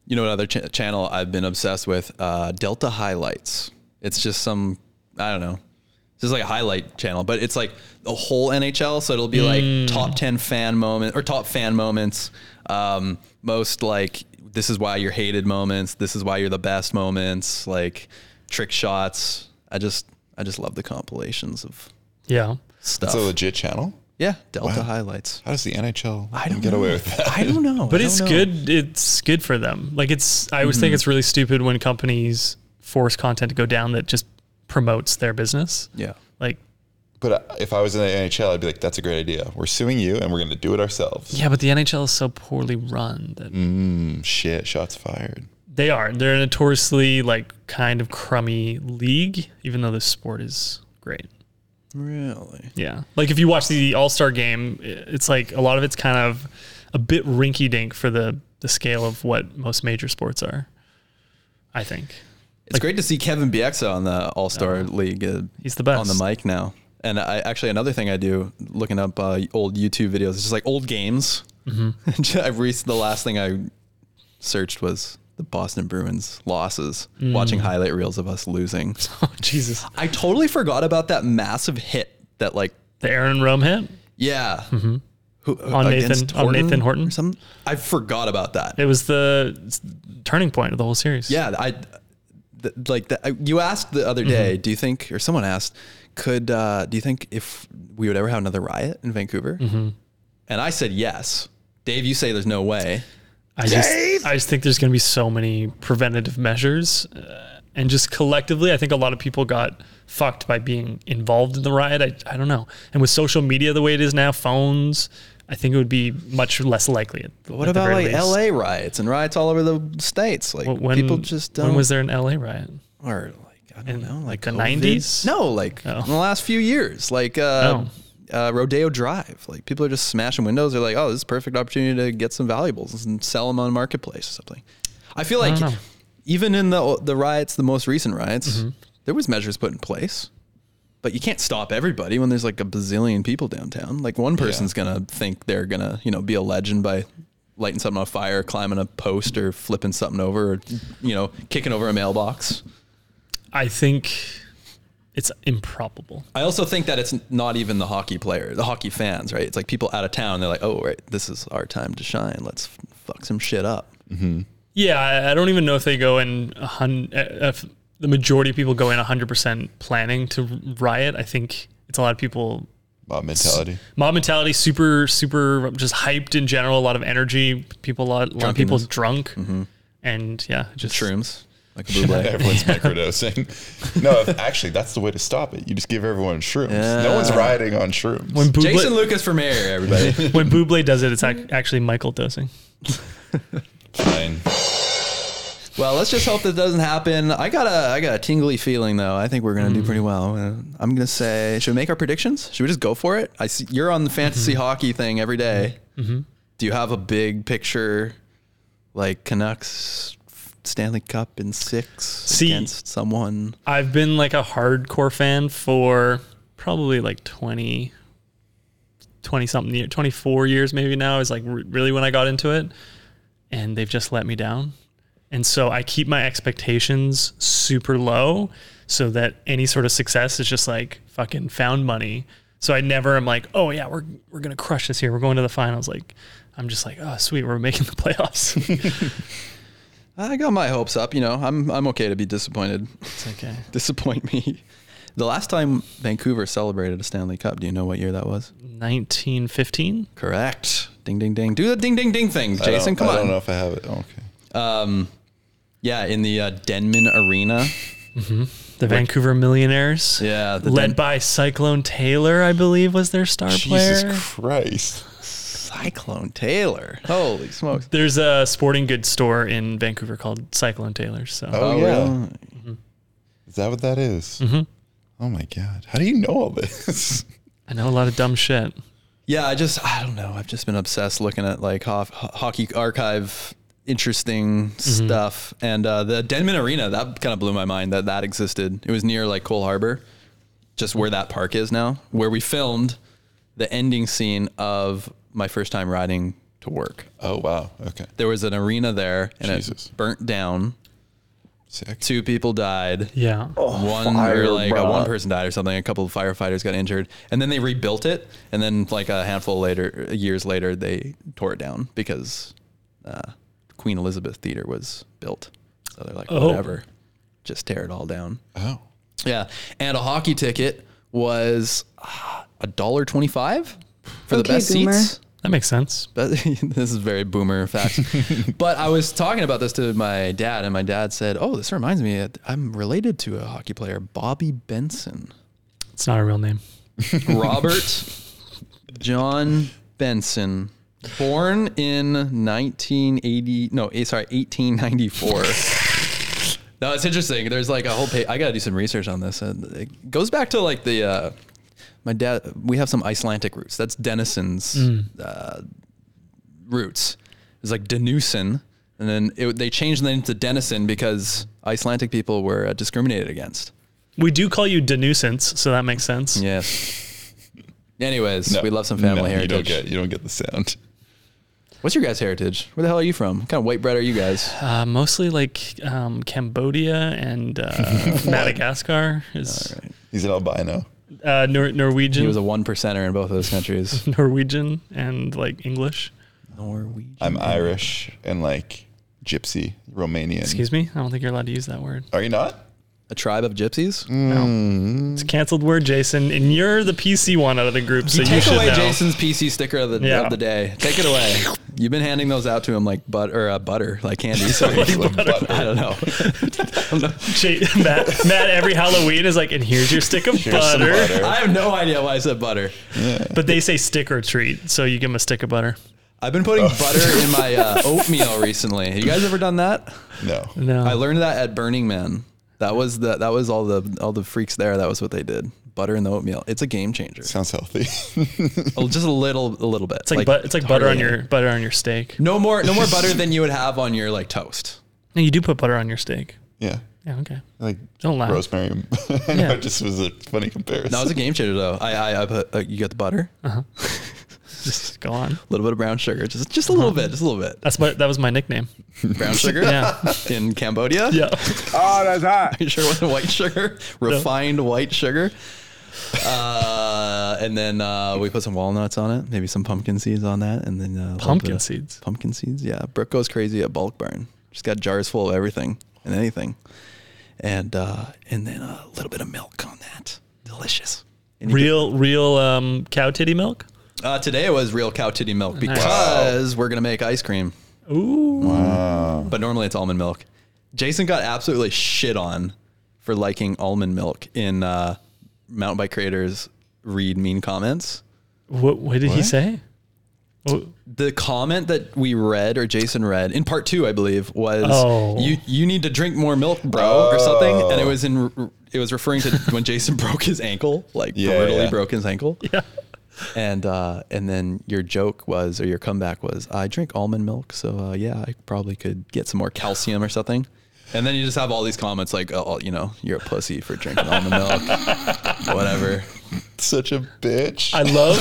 B: you know another ch- channel I've been obsessed with, uh, Delta Highlights. It's just some, I don't know. It's just like a highlight channel, but it's like the whole NHL. So it'll be like top 10 fan moment or top fan moments. Um, most like, this is why you're hated moments. This is why you're the best moments. Like trick shots. I just, I just love the compilations of
D: Yeah.
B: stuff.
C: It's a legit channel.
B: yeah. Delta Highlights.
C: How does the NHL
B: I don't
C: get
B: know.
C: away with that?
B: I don't know.
D: But
B: [laughs] I
D: it's
B: don't know. Mm-hmm.
D: good. It's good for them. Like it's. I always think it's really stupid when companies force content to go down that just promotes their business.
B: Yeah.
D: Like
C: But uh, if I was in the NHL, I'd be like, "That's a great idea. We're suing you, and we're going to do it ourselves."
D: yeah, but the NHL is so poorly run that
C: Shit, shots fired.
D: they are. They're a notoriously like kind of crummy league, even though the sport is great.
B: Really?
D: Yeah. Like if you watch the All Star game, i- it's like a lot of it's kind of a bit rinky dink for the the scale of what most major sports are. I think
B: It's great to see Kevin Bieksa on the All Star League. Uh,
D: he's the best
B: on the mic now. And I actually another thing I do looking up uh, old YouTube videos is just like old games.
D: Mm-hmm.
B: [laughs] I re- the last thing I searched was the Boston Bruins losses,
D: Mm.
B: watching highlight reels of us losing.
D: [laughs] Oh Jesus,
B: I totally forgot about that massive hit that like
D: the Aaron Rome hit.
B: yeah. Who,
D: Mm-hmm. On Nathan- on Nathan Horton?
B: or something. I forgot about that.
D: It was the s- turning point of the whole series.
B: Yeah, I th- like that. I- You asked the other day, do you think, or someone asked, could uh, do you think if we would ever have another riot in Vancouver? And I said yes. Dave, you say there's no way.
D: I just I just think there's going to be so many preventative measures, uh, and just collectively, I think a lot of people got fucked by being involved in the riot. I, I don't know, and with social media the way it is now, phones, I think it would be much less likely. At, but
B: What about like L.A. riots and riots all over the states? Like
D: When,
B: people just don't.
D: When was there an LA riot?
B: or like I don't know, like
D: the
B: COVID?
D: 90s?
B: No, like
D: Oh.
B: in the last few years, like uh, uh, Rodeo Drive. Like people are just smashing windows. They're like, oh, this is a perfect opportunity to get some valuables and sell them on marketplace or something. I feel like
D: don't know. Mm-hmm.
B: even in the the riots, the most recent riots, there was measures put in place. But you can't stop everybody when there's like a bazillion people downtown. Like one person's gonna think they're gonna, you know, be a legend by lighting something on fire, climbing a post, or flipping something over, or you know, kicking over a mailbox.
D: I think it's improbable.
B: I also think that it's not even the hockey player, the hockey fans, right? It's like people out of town. They're like, oh, right, this is our time to shine. Let's f- fuck some shit up.
D: Yeah, I, I don't even know if they go in a hun- uh, if the majority of people go in 100% planning to riot. I think it's a lot of people
C: Mob mentality.
D: mob mentality, super super just hyped in general, a lot of energy, people a lot, a lot of people
B: Drunkenness.
D: drunk. And yeah, just
B: Shrooms, like a buble.
C: [laughs] Everyone's microdosing. No, if- actually, that's the way to stop it. You just give everyone shrooms.
B: Yeah.
C: No one's rioting on shrooms.
D: when
B: [laughs]
D: Buble,
B: Jason Lucas for mayor,
D: [laughs]
B: everybody.
D: when Buble does it, it's ac- actually Michael dosing.
C: Fine.
B: well, let's just hope that doesn't happen. I got a, I got a tingly feeling though. I think we're gonna do
D: Hmm.
B: pretty well. Uh, I'm gonna say, should we make our predictions? Should we just go for it? I see you're on the
D: Mm-hmm.
B: fantasy hockey thing every day. Do you have a big picture, like Canucks Stanley Cup in six
D: See-
B: against someone?
D: I've been like a hardcore fan for probably like 20 20 something year 24 years maybe now is like re- really when I got into it and they've just let me down. And so I keep my expectations super low so that any sort of success is just like fucking found money. So I never am like, "Oh yeah, we're we're going to crush this here. We're going to the finals." Like I'm just like, "Oh, sweet, we're making the playoffs." [laughs]
B: I got my hopes up. You know, I'm I'm okay to be disappointed. [laughs]
D: it's okay.
B: Disappoint me. The last time Vancouver celebrated a Stanley Cup, do you know what year that was?
D: 1915?
B: Correct. Ding ding ding. Do the ding ding ding things,
C: I don't-
B: Jason. Come
C: I
B: on.
C: don't know if I have it. Oh, okay.
B: Yeah, in the uh, Denman Arena.
D: The Vancouver Millionaires.
B: Yeah, the
D: led
B: Den-
D: by Cyclone Taylor, I believe, was their star
C: Jesus
D: player.
C: Christ.
B: Cyclone Taylor. Holy smokes.
D: There's a sporting goods store in Vancouver called Cyclone Taylor's. So
C: Oh,
B: Oh, Mm-hmm.
C: yeah.
B: really?
C: Is that what that is? Oh my god. How do you know all this? [laughs]
D: I know a lot of dumb shit.
B: Yeah, I just I don't know. I've just been obsessed looking at like ho- ho- hockey archive interesting stuff and uh, the Denman Arena that kind of blew my mind that that existed. It was near like Cole Harbor, just where that park is now, where we filmed the ending scene of my first time riding to work.
C: oh wow. Okay.
B: There was an arena there and
C: Jesus.
B: it burnt down.
C: Sick.
B: Two people died.
D: Yeah.
G: Oh,
B: one or like uh, one person died or something. A couple of firefighters got injured, and then they rebuilt it. And then like a handful later, years later, they tore it down because uh, Queen Elizabeth Theater was built. So they're like,
D: Oh.
B: whatever, just tear it all down.
C: Oh.
B: Yeah, and a hockey ticket was uh, a dollar twenty-five for the
G: Okay,
B: best
G: boomer.
B: seats.
D: That makes sense.
B: But [laughs] this is very boomer fact. but I was talking about this to my dad, and my dad said, "Oh, this reminds me. that I'm related to a hockey player, Bobby Benson,
D: It's not a real name.
B: Robert John Benson, born in 1980. No, eh, sorry, 1894." No, it's interesting. There's like a whole page. I got to do some research on this. And it goes back to like the, uh, my dad, we have some Icelandic roots. That's Denison's uh, roots. It was like Denusen, and then it, they changed the name to Denison because Icelandic people were uh, discriminated against.
D: We do call you Denuisance, so that makes sense.
B: Yes. Anyways,
C: No.
B: we love some family
C: No,
B: heritage.
C: You don't get you don't get the sound. [laughs]
B: What's your guys' heritage? Where the hell are you from? What kind of white bread are you guys?
D: Uh, mostly like um, Cambodia and
B: [laughs]
D: uh, Madagascar is
C: He's an albino.
D: uh, Nor-
B: He
D: Norwegian,
B: was a one percenter in both of those
D: [laughs]
B: countries.
D: Norwegian and like English.
B: Norwegian.
C: I'm Irish and like gypsy, Romanian.
D: Excuse me, I don't think you're allowed to use that word.
C: Are you not?
B: A tribe of gypsies.
C: Mm.
D: It's a canceled word, Jason, and you're the PC one out of the group, so you
B: Take
D: should
B: away
D: know.
B: Jason's PC sticker of the,
D: Yeah.
B: of the day. Take it away. You've been handing those out to him like but or uh, butter, like
C: [laughs]
B: candy. Sorry. I don't know. [laughs] I don't know.
D: J- Matt, Matt every Halloween is like, and here's your stick of
C: Here's some
D: butter.
B: [laughs]
C: butter.
B: I have no idea why I said butter.
D: But they say stick or treat, so you give them a stick of butter.
B: I've been
C: Oh.
B: putting butter in my uh, oatmeal recently. Have you guys ever done that?
C: No.
D: No,
B: I learned that at Burning Man. That was the that was all the all the freaks there. That was what they did. Butter in the oatmeal. It's a game
D: [laughs]
B: changer.
C: Sounds healthy. [laughs]
B: Oh, Just a little a little bit.
D: it's like, but it's like butter on your butter on your steak. [laughs]
B: No more no more butter than you would have on your like toast.
D: No, you do put butter on your steak.
C: Yeah.
D: Yeah, okay.
C: Like
D: Don't laugh.
C: rosemary. [laughs] I know
D: Yeah.
C: it just was a funny comparison.
B: That was a game changer though. I I, I put uh, you got the butter, a
D: Just go on.
B: little bit of brown sugar, just just a little bit, just a little bit.
D: That's my that was my nickname. [laughs]
B: Brown sugar
D: Uh-huh. Yeah.
B: in Cambodia.
D: Yeah.
G: Oh, that's hot.
B: You sure it wasn't white [laughs]
D: [laughs]
B: sugar? Refined white sugar. Uh, and then uh, we put some walnuts on it, maybe some pumpkin seeds on that, and then uh, a little
D: Pumpkin
B: bit of-
D: seeds?
B: Pumpkin seeds, yeah. Brooke goes crazy at bulk barn. She's got jars full of everything and anything, and uh, and then a little bit of milk on that. Delicious. And you
D: Real real um, cow titty milk.
B: Uh, today was real cow titty milk because we're gonna make ice cream. Ooh. But normally it's almond milk. Jason got absolutely shit on for liking almond milk in uh, Mountain Bike Creators read mean comments.
D: What, what did he say? Oh,
B: The comment that we read or Jason read in part two, I believe, was
D: Oh.
B: you you need to drink more milk, bro, or something. And it was in it was referring to when Jason broke his ankle, like
C: Yeah,
B: brutally
C: yeah.
B: broke his ankle. And uh, and then your joke was, or your comeback was, I drink almond milk, so uh, yeah, I probably could get some more calcium or something. And then you just have all these comments like, oh, you know, you're a pussy for drinking almond
C: [laughs]
B: milk, whatever.
C: [laughs] such a bitch.
D: I
C: I,
D: love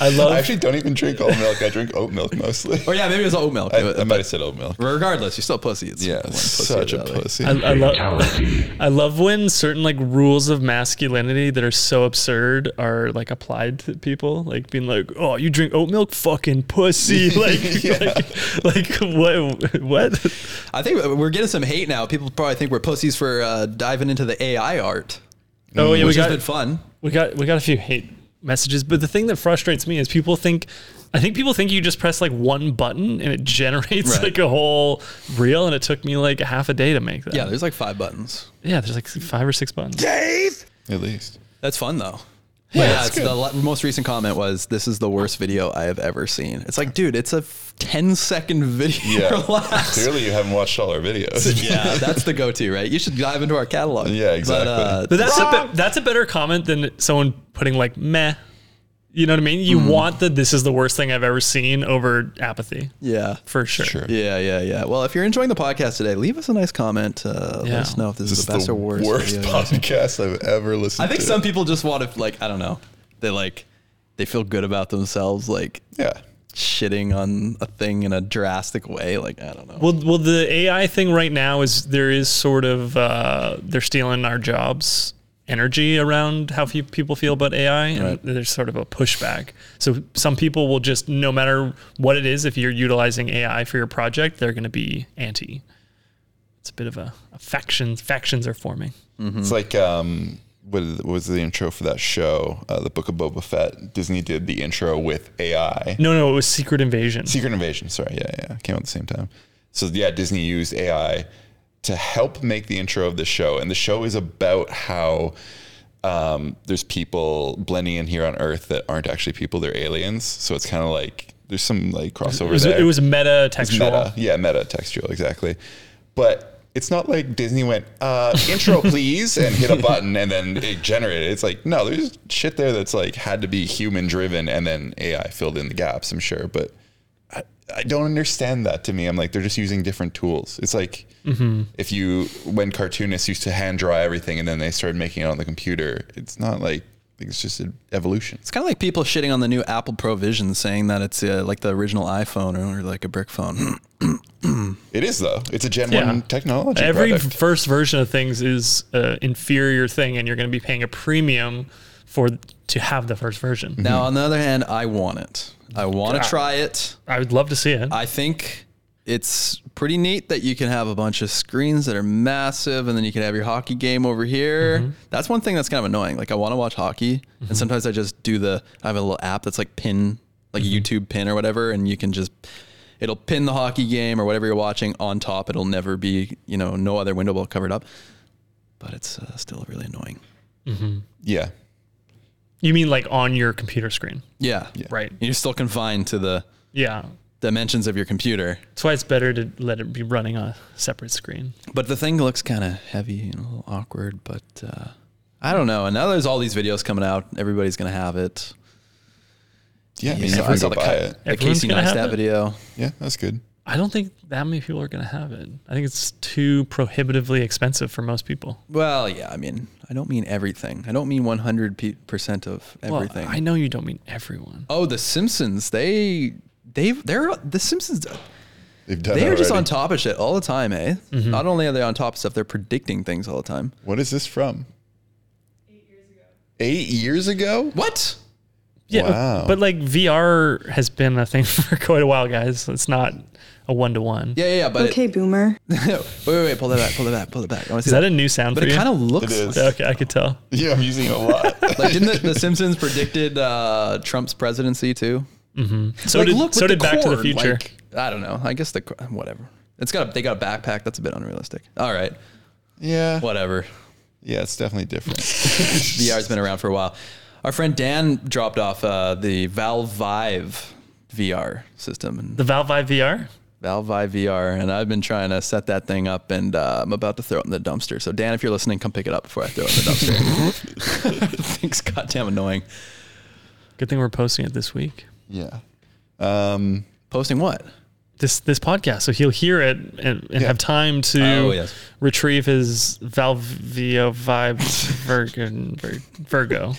D: I love
C: actually don't even drink oat milk. I drink oat milk mostly.
B: Or yeah, maybe it's oat milk.
C: [laughs] I, I
B: but
C: might have said oat milk.
B: regardless, you're still a pussy. It's
C: Yeah,
B: one pussy
C: such
B: or
C: a
B: the other.
C: pussy.
D: I, I love [laughs] I love when certain like rules of masculinity that are so absurd are like applied to people, like being like, "Oh, you drink oat milk, fucking [laughs] pussy!" Like, like, like what? What?
B: I think we're getting some hate now. People probably think we're pussies for uh, diving into the AI art,
D: Oh yeah, we
B: which has
D: got
B: been fun.
D: we got we got a few hate messages, but the thing that frustrates me is people think. I think people think you just press like one button and it [laughs] generates
B: Right.
D: like a whole reel, and it took me like half a day to make that.
B: Yeah, there's like five buttons.
D: yeah. There's like five or six buttons.
C: At least.
B: That's fun though. Yeah, it's the la- most recent comment was, "This is the worst video I have ever seen." It's like, dude, it's a f- 10 second video. [laughs]
C: Yeah.
B: Relax.
C: Clearly, you haven't watched all our videos.
B: yeah, that's the go-to, right? You should dive into our catalog. uh,
C: Yeah, exactly.
D: But that's a bit, that's a better comment than someone putting like meh. You know what I mean? You want the this is the worst thing I've ever seen over apathy
B: yeah,
D: for sure.
C: Sure.
B: yeah, yeah, yeah. Well, if you're enjoying the podcast today, leave us a nice comment. Uh, Let
D: Yeah.
B: us know if this,
C: [laughs]
B: is
C: This is
B: the best
C: the
B: or worst.
C: worst
B: video.
C: podcast I've ever listened
B: I
C: to.
B: think some people just want to like, I don't know, they like, they feel good about themselves, like
C: Yeah.
B: Mm-hmm. shitting on a thing in a drastic way. Like, I don't know.
D: Well, well, the AI thing right now is there is sort of uh, they're stealing our jobs energy around how few people feel about AI, and
B: Right.
D: there's sort of a pushback. So some people will just no matter what it is, if you're utilizing AI for your project, they're going to be anti. It's a bit of a, a factions factions are forming.
C: It's like um, what is- what was the intro for that show, uh, the Book of Boba Fett? Disney did the intro with AI.
D: No, no, it was Secret Invasion.
C: Secret Invasion. Sorry, yeah, yeah, came out at the same time. So yeah, Disney used AI to help make the intro of the show, and the show is about how um, there's people blending in here on Earth that aren't actually people; they're aliens. So it's kind of like there's some like crossover
D: It was,
C: there.
D: it was meta textual.
C: meta, yeah, meta textual, exactly. But it's not like Disney went uh,
D: [laughs]
C: intro, please, and hit a button, and then it generated. It's like no, there's shit there that's like had to be human driven, and then AI filled in the gaps. I'm sure, but I don't understand that to me. I'm like, they're just using different tools. It's like
D: Mm-hmm.
C: if you, when cartoonists used to hand draw everything and then they started making it on the computer, it's not like, it's just an evolution.
B: It's kind of like people shitting on the new Apple Provision, saying that it's uh, like the original iPhone or, or like a brick phone. [clears throat]
C: It is though. It's a Gen
D: Yeah.
C: 1 technology.
D: Every
C: product.
D: first version of things is an inferior thing, and you're going to be paying a premium for to have the first version.
B: now, on the other hand, I want it. I want to try it.
D: I would love to see it.
B: I think it's pretty neat that you can have a bunch of screens that are massive, and then you can have your hockey game over here. That's one thing that's kind of annoying. Like I want to watch hockey, and sometimes I just do the. I have a little app that's like pin, like YouTube pin or whatever, and you can just. It'll pin the hockey game or whatever you're watching on top. It'll never be, you know, no other window will covered up. But it's uh, still really annoying.
C: yeah.
D: you mean like on your computer screen,
B: Yeah.
D: right?
B: You're still confined to the
D: Yeah.
B: dimensions of your computer.
D: That's why it's better to let it be running on a separate screen.
B: But the thing looks kind of heavy and a little awkward, but uh, I don't know. And now there's all these videos coming out. Everybody's going to have it.
C: Yeah. I mean,
B: So
C: you
B: I
C: can
B: saw
C: go
B: the,
C: buy
B: Ki-
C: it.
B: the
D: Everyone's
B: Casey
D: gonna have
B: Neistat
D: it?
B: video.
C: Yeah. That's good.
D: I don't think that many people are going to have it. I think it's too prohibitively expensive for most people.
B: Well, yeah, I mean, I don't mean everything. I don't mean 100% of everything.
D: Well, I know you don't mean everyone.
B: oh, the Simpsons, they they they're the Simpsons
C: They've done
B: they're
C: it
B: just on
C: already.
B: top of shit all the time, eh?
D: Mm-hmm.
B: Not only are they on top of stuff, they're predicting things all the time.
C: What is this from? Eight years ago.
B: What?
D: Yeah, uh,
C: Wow.
D: but like VR has been a thing [laughs] for quite a while, guys. It's not a one to one.
B: Yeah, yeah, yeah but
G: Okay, boomer.
B: it, [laughs] wait, wait, wait, pull that back, pull that back, pull it back. I want to
D: Is
B: see
D: that a new sound
B: But
D: for
B: it
D: you?
B: kind of looks
C: is.
B: like,
D: okay, I could tell.
C: [laughs] Yeah, I'm using it
B: [laughs]
C: a lot.
B: like didn't the, the Simpsons predicted uh, Trump's presidency too?
D: So
B: Like,
D: did
B: look
D: so
B: with
D: did Back to the
B: cord,
D: Future.
B: like, I don't know. I guess the qu- whatever. It's got a, they got a backpack. That's a bit unrealistic. All right,
C: yeah.
B: whatever.
C: Yeah, it's definitely different.
B: VR's been around for a while. Our friend Dan dropped off uh, the Valve Vive VR system and
D: the Valve Vive VR.
B: Valve Vive VR, and I've been trying to set that thing up, and uh, I'm about to throw it in the dumpster. So Dan, if you're listening, come pick it up before I throw it in the dumpster. [laughs] Thing's goddamn annoying.
D: Good thing we're posting it this week.
C: Yeah. Um,
B: Posting what?
D: This this podcast, so he'll hear it and, and have time to
B: Oh, yes.
D: retrieve his Valve Vive Virgo.
B: [laughs]
D: Virgo.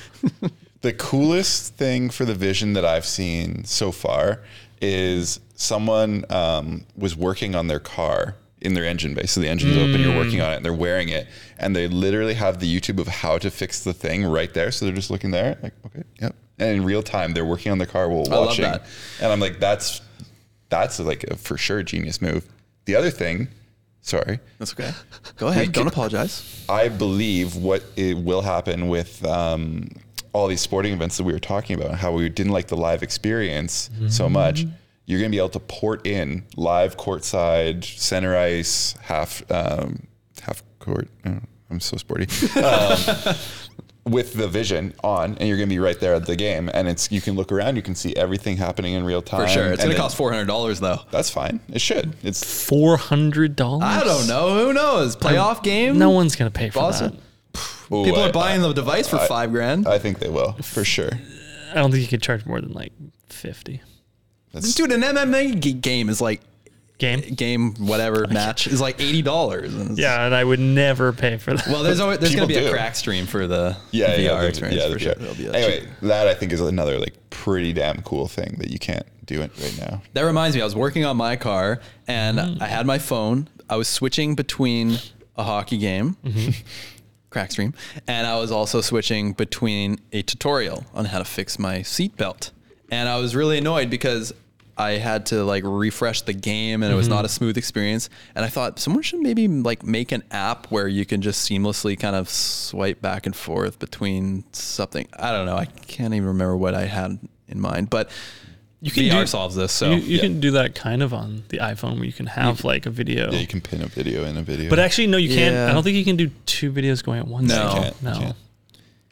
C: the coolest thing for the vision that I've seen so far is someone um, was working on their car in their engine bay. So the engine's open, you're
B: Mm.
C: working on it, and they're wearing it, and they literally have the YouTube of how to fix the thing right there. So they're just looking there, like, okay, yep. And in real time, they're working on the car while
B: love
C: watching.
B: that.
C: And I'm like, that's that's like a for sure genius move. The other thing, sorry,
B: That's okay. Go ahead. Don't apologize.
C: I believe what it will happen with um, all these sporting events that we were talking about, and how we didn't like the live experience
B: Mm-hmm.
C: so much. You're going to be able to port in live courtside, center ice, half um, half court. oh, I'm
B: [laughs]
C: so sporty. Um, with the vision on, and you're going to be right there at the game, and it's you can look around, you can see everything happening in real time.
B: For sure. It's
C: Um, and
B: gonna
C: it-
B: cost four hundred dollars though.
C: That's fine. It should. It's
D: Four hundred dollars.
B: I don't know. Who knows? Playoff game.
D: No one's gonna pay for
B: Awesome.
D: that.
C: ooh,
B: People
C: I-
B: are buying the device for five grand.
C: I think they will for sure.
D: I don't think you could charge more than like fifty.
B: Dude, an MMA g- game is like
D: Game.
B: game
C: [laughs]
B: whatever match is like eighty dollars.
D: Yeah, and I would never pay for that.
B: Well, there's always, there's gonna be
C: People
B: a
C: do.
B: crack stream for the
C: yeah,
B: VR
C: yeah, the-
B: experience
C: yeah, the
B: for sure.
C: VR.
B: That'll be a-
C: anyway, that I think is another like pretty damn cool thing that you can't do it right now.
B: That reminds me, I was working on my car and
D: Hmm.
B: I had my phone. I was switching between a hockey game,
D: Mm-hmm.
B: crack stream, and I was also switching between a tutorial on how to fix my seatbelt. And I was really annoyed because I had to like refresh the game and it was
D: Mm-hmm.
B: not a smooth experience. And I thought someone should maybe like make an app where you can just seamlessly kind of swipe back and forth between something. I don't know. I can't even remember what I had in mind, but you
D: can
B: VR
D: do-
B: solves this. So
D: you, you
B: yeah.
D: can do that kind of on the iPhone where you can have like a video.
C: Yeah, you can pin a video in a video.
D: but actually, no, you can't.
B: Yeah.
D: I don't think you can do two videos going at once.
B: No.
D: You
B: You
D: can't,
C: can't,
D: no.
C: you can't.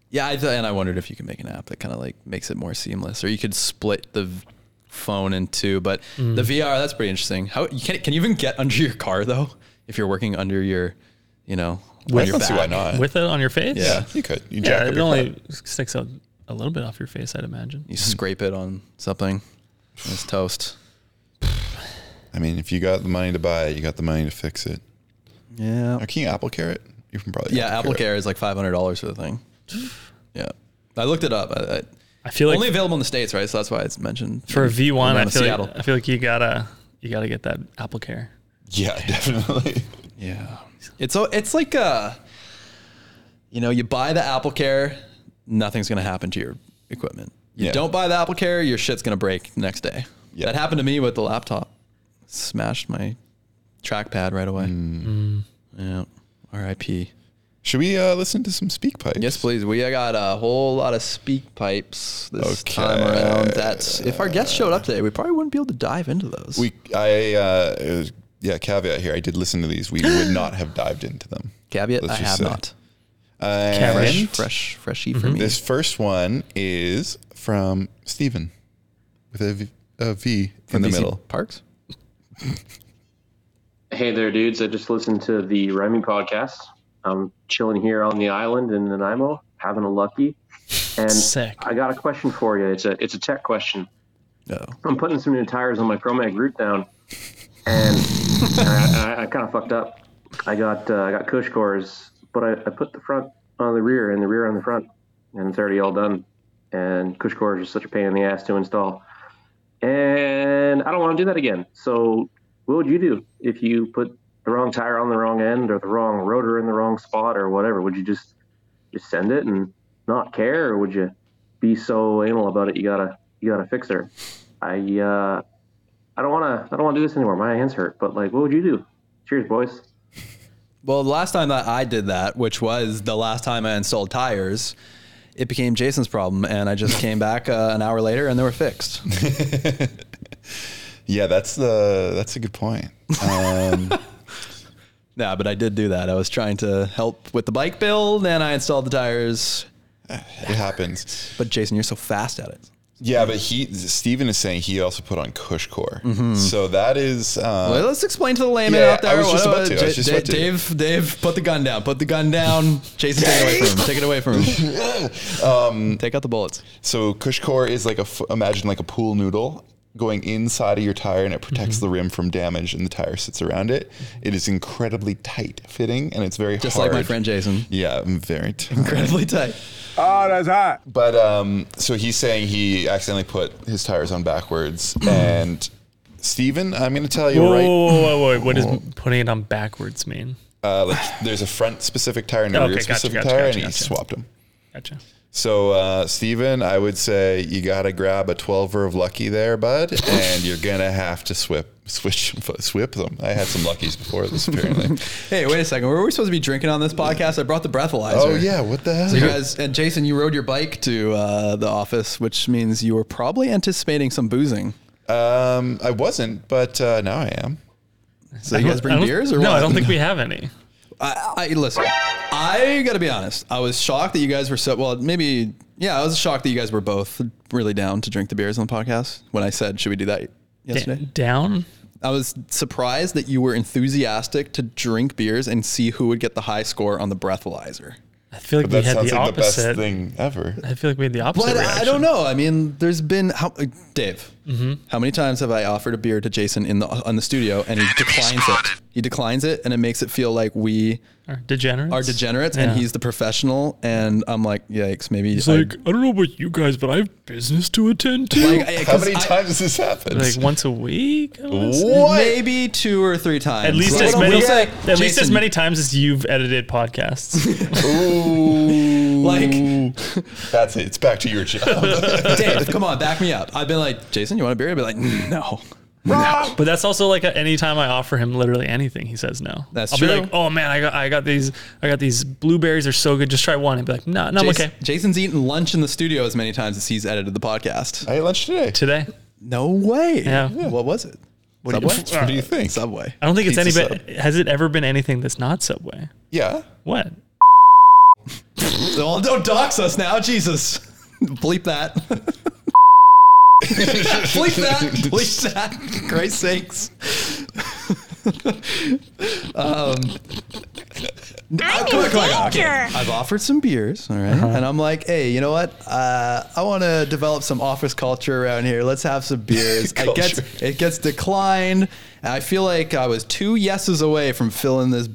B: Yeah, I th- and I wondered if you could make an app that kind of like makes it more seamless, or you could split the v- phone in two. But
D: Mm.
B: the VR, that's pretty interesting. How you can can you even get under your car though? If you're working under your, you know,
C: I
B: on your
C: don't see
B: back.
C: why not.
D: [laughs] With it on your face?
C: yeah, you could. You
D: Yeah,
C: jack up
D: it
C: your car.
D: only sticks out a little bit off your face, I'd imagine.
B: you scrape it on something. and It's toast.
C: I mean, if you got the money to buy it, you got the money to fix it.
B: Yeah.
C: Now, can you Apple Care it? You can probably
B: Yeah, Apple Care is like five hundred dollars for the thing. Yeah, I looked it up. I, I,
D: I feel like
B: only available in the states, right? So that's why it's mentioned
D: for a V1, I
B: Around
D: feel,
B: Seattle.
D: like, I feel like you gotta you gotta get that Apple Care.
C: Yeah, [laughs] definitely.
B: Yeah. It's so it's like uh you know, you buy the Apple Care, nothing's gonna happen to your equipment. You
C: Yeah.
B: don't buy the Apple Care, your shit's gonna break the next day.
C: Yeah.
B: That happened to me with the laptop. Smashed my trackpad right away.
C: Mm.
B: Yeah. R.I.P.
C: Should we uh, listen to some speak pipes?
B: Yes, please. We got a whole lot of speak pipes this
C: Okay.
B: time around. That's if our guests showed up today, we probably wouldn't be able to dive into those.
C: We. I. Uh, it was- yeah. Caveat here. I did listen to these. We would not have dived into them.
B: caveat, I
C: Let's just
B: have
C: say. Mm-hmm.
B: not.
C: And
B: Fresh, fresh, freshy for me.
C: This first one is from Stephen with a V, a v in the
B: VC
C: middle.
B: Parks?
I: Hey there, dudes. I just listened to the rhyming podcast. I'm chilling here on the island in Nanaimo, having a lucky. And
D: Sick.
I: I got a question for you. It's a it's a tech question.
B: No.
I: I'm putting some new tires on my Chromag root down,
B: And
I: and I, and I, I kind of fucked up. I got uh, I got Kush cores, but I, I put the front on the rear and the rear on the front, and it's already all done. And Kush cores is such a pain in the ass to install, and I don't want to do that again. So what would you do if you put the wrong tire on the wrong end or the wrong rotor in the wrong spot or whatever? Would you just just send it and not care, or would you be so anal about it? You gotta you gotta fix her. I uh, I don't wanna I don't wanna do this anymore. My hands hurt. But like, what would you do? Cheers, boys.
B: Well, the last time that I did that, which was the last time I installed tires, it became Jason's problem, and I just came back uh, an hour later and they were
C: [laughs]
B: fixed.
C: Yeah, that's the that's a good point. Um, [laughs]
B: nah, but I did do that. I was trying to help with the bike build, and I installed the tires.
C: it happens.
B: But Jason, you're so fast at it.
C: Yeah, but he Steven is saying he also put on Cush Core.
B: Mm-hmm.
C: So that is
B: Well,
C: uh,
B: let's explain to the layman
C: Yeah,
B: out there.
C: I was just
B: what-
C: about to, I was
B: Ja-
C: just
B: Da-
C: about to.
B: Dave, Dave, put the gun down. Put the gun down. Jason, take it away from him. Take it away from him.
C: [laughs]
B: um, take out the bullets.
C: so Cush Core is like a f- imagine like a pool noodle going inside of your tire and it
B: Mm-hmm.
C: protects the rim from damage and the tire sits around it. It is incredibly tight fitting and it's very
B: Just
C: hard.
B: like my friend Jason.
C: Yeah, very tight.
B: Incredibly tight.
C: But um, so he's saying he accidentally put his tires on backwards.
D: [clears throat]
C: and Steven, I'm going to tell you
D: Whoa,
C: right.
D: whoa, whoa, whoa, whoa, What does putting it on backwards mean?
C: Uh, like there's a front specific tire and a
D: Okay,
C: rear
D: gotcha,
C: specific
D: gotcha,
C: tire,
D: gotcha,
C: and
D: gotcha.
C: he swapped them.
D: Gotcha.
C: So uh, Steven, I would say you got to grab a 12er of Lucky there, bud, and you're gonna have to swip, switch, swip them. I had some Luckies before this,
D: [laughs]
C: apparently.
B: Hey, wait a second. Were we supposed to be drinking on this podcast? I brought the breathalyzer.
C: oh yeah, what the hell?
B: So you guys and Jason, you rode your bike to uh, the office, which means you were probably anticipating some boozing.
C: um, I wasn't, but uh, now I am.
B: So you guys
D: I
B: bring
D: don't-
B: beers or
D: no?
B: what?
D: I don't think we have any.
B: I, [laughs] I listen. I gotta be honest. I was shocked that you guys were so well. Maybe yeah. I was shocked that you guys were both really down to drink the beers on the podcast when I said should we do that
D: Da-
B: yesterday.
D: down.
B: I was surprised that you were enthusiastic to drink beers and see who would get the high score on the breathalyzer.
D: I feel like
C: That
D: we had
C: sounds
D: the
C: like the best
D: opposite.
C: thing
D: [laughs]
C: ever.
D: I feel like we had the opposite.
B: But I
D: reaction. Mm-hmm.
B: don't know. I mean, there's been how uh, Dave. How many times have I offered a beer to Jason in the on the studio and he declines it? He declines it, and it makes it feel like we
D: Are degenerates.
B: are degenerates,
D: Yeah.
B: and he's the professional. And I'm like, yikes, maybe.
D: It's like I don't know about you guys, but I have business to attend to.
B: like, I-
C: How
B: 'cause
C: many
B: I-
C: times has this happened?
D: like once a week. I wanna say?
B: Maybe two or three times.
D: At least
B: Like,
D: as
B: we'll
D: many.
B: say,
D: At least as
B: Jason,
D: many times as you've edited podcasts.
B: Like,
C: [laughs] That's it. It's back to your job.
B: Dave, come on, back me up. I've been like, Jason, you want a beer? I'd be like, no.
D: But that's also like a, anytime I offer him literally anything, he says no.
B: That's
D: I'll
B: true.
D: be like, oh man, I got I got these I got these blueberries. They're so good. Just try one. And be like, no, no, I'm
B: Jason,
D: okay.
B: Jason's eaten lunch in the studio as many times as he's edited the podcast.
C: I ate lunch today.
D: Today,
B: No way.
D: Yeah.
B: What was it?
D: do you-
B: Subway.
C: What do you think?
B: Subway.
D: I don't think it's any.
C: Pizza
D: But has it ever been anything that's not Subway?
C: Yeah.
D: What?
B: Well, don't dox us now, Jesus. [laughs] Bleep that. [laughs] Bleep that. Bleep that. Christ [laughs] sakes.
F: I'm
B: Come on,
F: in
B: come on, come on. Okay.
F: danger.
B: I've offered some beers, all right? and I'm like, hey, you know what? Uh, I want to develop some office culture around here. Let's have some beers. it gets
C: Culture.
B: it gets declined. And I feel like I was two yeses away from filling this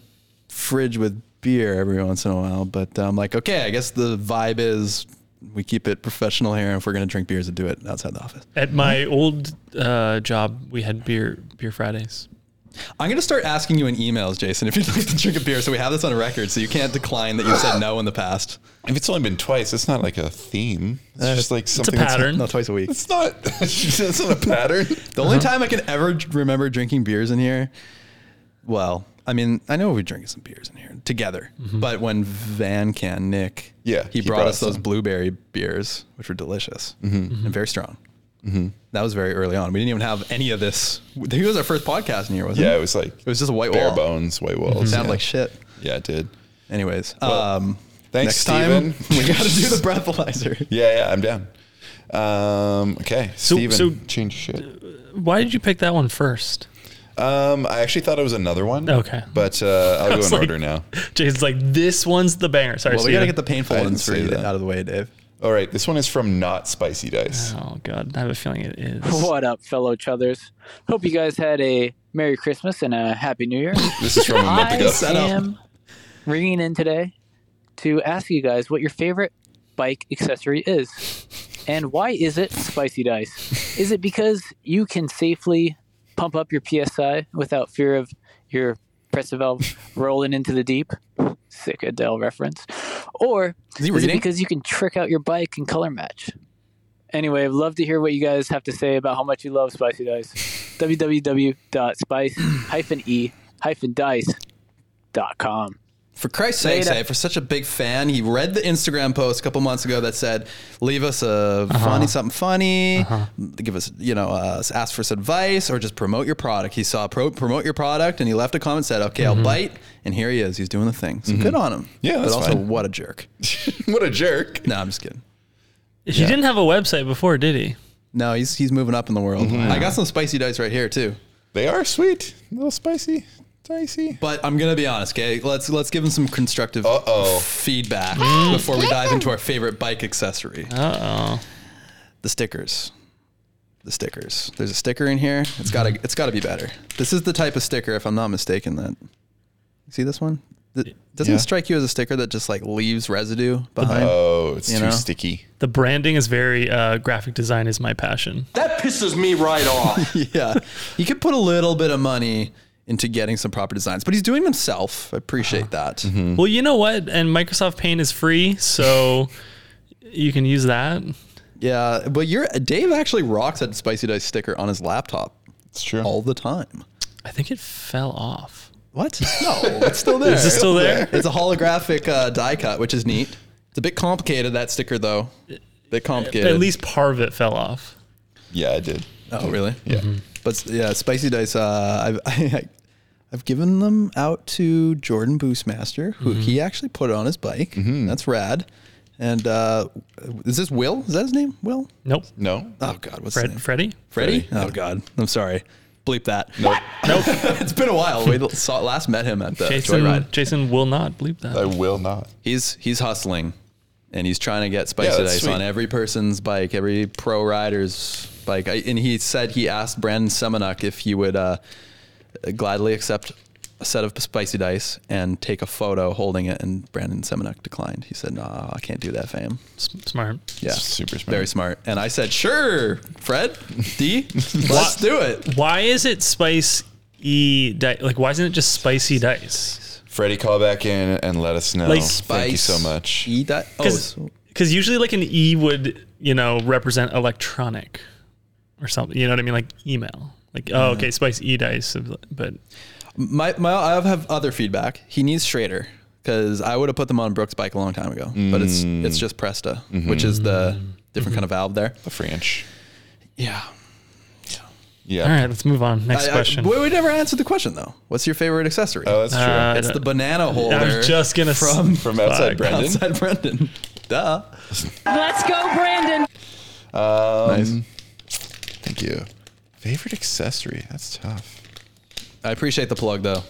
B: fridge with beer every once in a while, but uh, I'm like, okay, I guess the vibe is we keep it professional here, and if we're gonna drink beers, to do it outside the office.
D: At my old uh, job, we had beer beer Fridays.
B: I'm gonna start asking you in emails, Jason, if you'd like to drink a beer, so we have this on record, so you can't decline that you said no in the past.
C: If it's only been twice, it's not like a theme. It's just like
D: It's a
C: something. that's-
D: pattern.
B: No, twice a week.
C: [laughs] It's not. [laughs] It's not a pattern.
B: The only time I can ever j- remember drinking beers in here, well, I mean, I know we drinking some beers in here together, but when Van Can Nick,
C: Yeah,
B: he, brought, us those
C: some. Mm-hmm.
B: blueberry beers, which were delicious and very strong. That was very early on. We didn't even have any of this. He was our first podcast in here, wasn't
C: Yeah,
B: it?
C: it was like
B: It was just a white
C: bare
B: wall.
C: bones, white walls.
B: Sounded
C: yeah.
B: like shit.
C: yeah, it did.
B: Anyways,
C: Well,
B: um,
C: Thanks,
B: next
C: Steven.
B: time [laughs] we got to do the
C: [laughs]
B: breathalyzer.
C: yeah, yeah, I'm down. Um, okay,
D: So-
C: Steven,
D: so-
C: change shit.
D: Why did you pick that one first?
C: Um, I actually thought it was another one.
D: Okay.
C: but uh, I'll go
D: was
C: in
D: like-
C: order now.
D: Jason's like, this one's the banger. Sorry,
B: Well, we
D: Steven.
B: got to get the painful
C: I didn't
B: ones for
C: see
B: you
C: that.
B: out of the way, Dave.
C: All right, this one is from Not Spicy Dice.
D: Oh god, I have a feeling it is.
G: What up, fellow chuthers? Hope you guys had a Merry Christmas and a Happy New Year.
J: Oh.
C: This is
J: [laughs]
C: from a month
G: I
C: ago.
B: Set up.
G: am ringing in today to ask you guys what your favorite bike accessory is. And why is it spicy dice? Is it because you can safely pump up your PSI without fear of your pressure valve rolling into the deep? Sick Adele reference. Or
B: Is
G: is
B: he
G: it
B: reading?
G: because you can trick out your bike and color match? Anyway, I'd love to hear what you guys have to say about how much you love spicy dice. e www.spice-e-dice.com.
B: For Christ's sake,
G: Later.
B: eh, for such a big fan, he read the Instagram post a couple months ago that said, "Leave us a
C: Uh-huh.
B: funny something funny, give us you know uh, ask for us advice, or just promote your product." He saw pro- promote your product, and he left a comment said, "Okay, I'll bite," and here he is. He's doing the thing. So good on him.
C: Mm-hmm. Yeah, that's
B: but also
C: fine.
B: what a jerk.
C: [laughs] what a jerk.
B: No, I'm just kidding.
D: He didn't have a website before, did he?
B: No, he's he's moving up in the world.
C: Mm-hmm.
B: I got some spicy dice right here too.
C: They are sweet. A little spicy. Dicey.
B: But I'm gonna be honest, okay? Let's let's give him some constructive
C: Uh-oh.
B: feedback before we dive into our favorite bike accessory.
D: Uh oh.
B: the stickers the stickers there's a sticker in here it's got to it's got to be better this is the type of sticker if i'm not mistaken that see this one Th- doesn't
C: Yeah.
B: it strike you as a sticker that just like leaves residue behind
C: Oh, it's
B: You
C: too
B: know?
C: sticky.
D: The branding is very uh, graphic design is my passion.
E: That pisses me
B: [laughs]
E: right off.
B: yeah you could put a little bit of money into getting some proper designs but he's doing it himself i appreciate that
D: Well, you know what? And Microsoft Paint is free, so you can use that.
B: yeah but you're dave actually rocks that spicy dice sticker on his laptop
C: It's true.
B: all the time
D: I think it fell off.
B: what no it's [laughs] still there
D: Is it still there?
B: It's a holographic uh, die cut, which is neat. It's a bit complicated that sticker though. bit complicated.
D: At least part of it fell off.
C: yeah, I did.
B: Oh really?
C: Yeah.
B: But yeah, spicy dice. Uh, I've [laughs] I, I've given them out to Jordan Boostmaster, who
D: Mm-hmm.
B: he actually put on his bike. That's rad. And uh, is this Will? Is that his name? Will?
D: Nope.
C: No.
B: Oh God, what's his
D: Fred,
B: name?
D: Freddy?
B: Freddie? Oh God, I'm sorry. Bleep that.
D: Nope.
B: [laughs] it's been a while. We saw, last met him at the
D: Jason,
B: joyride.
D: Jason will not believe that.
C: I will not.
B: he's he's hustling and he's trying to get spicy
C: Yeah, that's
B: dice
C: sweet.
B: on every person's bike every pro rider's bike I, and he said he asked brandon semenuk if he would uh, gladly accept a set of spicy dice and take a photo holding it and brandon semenuk declined he said no i can't do that fam
D: S- Smart.
B: yeah
C: Super smart.
B: very smart and i said sure fred d let's do it
D: Why is it spice e di- like why isn't it just spicy dice?
C: Freddie, call back in and let us know.
D: Like
C: Thank you so much.
B: e di- oh,
D: Because
B: so-
D: usually like an e would you know represent electronic or something. You know what I mean? Like email. Like oh okay spice e dice, but
B: My, my, I have other feedback. He needs Schrader because I would have put them on Brooks' bike a long time ago, but it's it's just Presta, which is the different kind of valve there.
C: The French.
B: Yeah.
C: Yeah.
D: all right, let's move on. Next
B: I, I,
D: question.
B: we, we never answered the question though. What's your favorite accessory?
C: Oh, that's true.
D: Uh,
B: it's the banana holder.
D: I'm just gonna s-
B: from
C: From outside
D: fuck.
B: [laughs]
C: Brendan.
B: outside Brendan. Duh.
F: Let's go, Brandon.
C: Um,
B: Nice.
C: Thank you. Favorite accessory? That's tough.
B: I appreciate the plug though.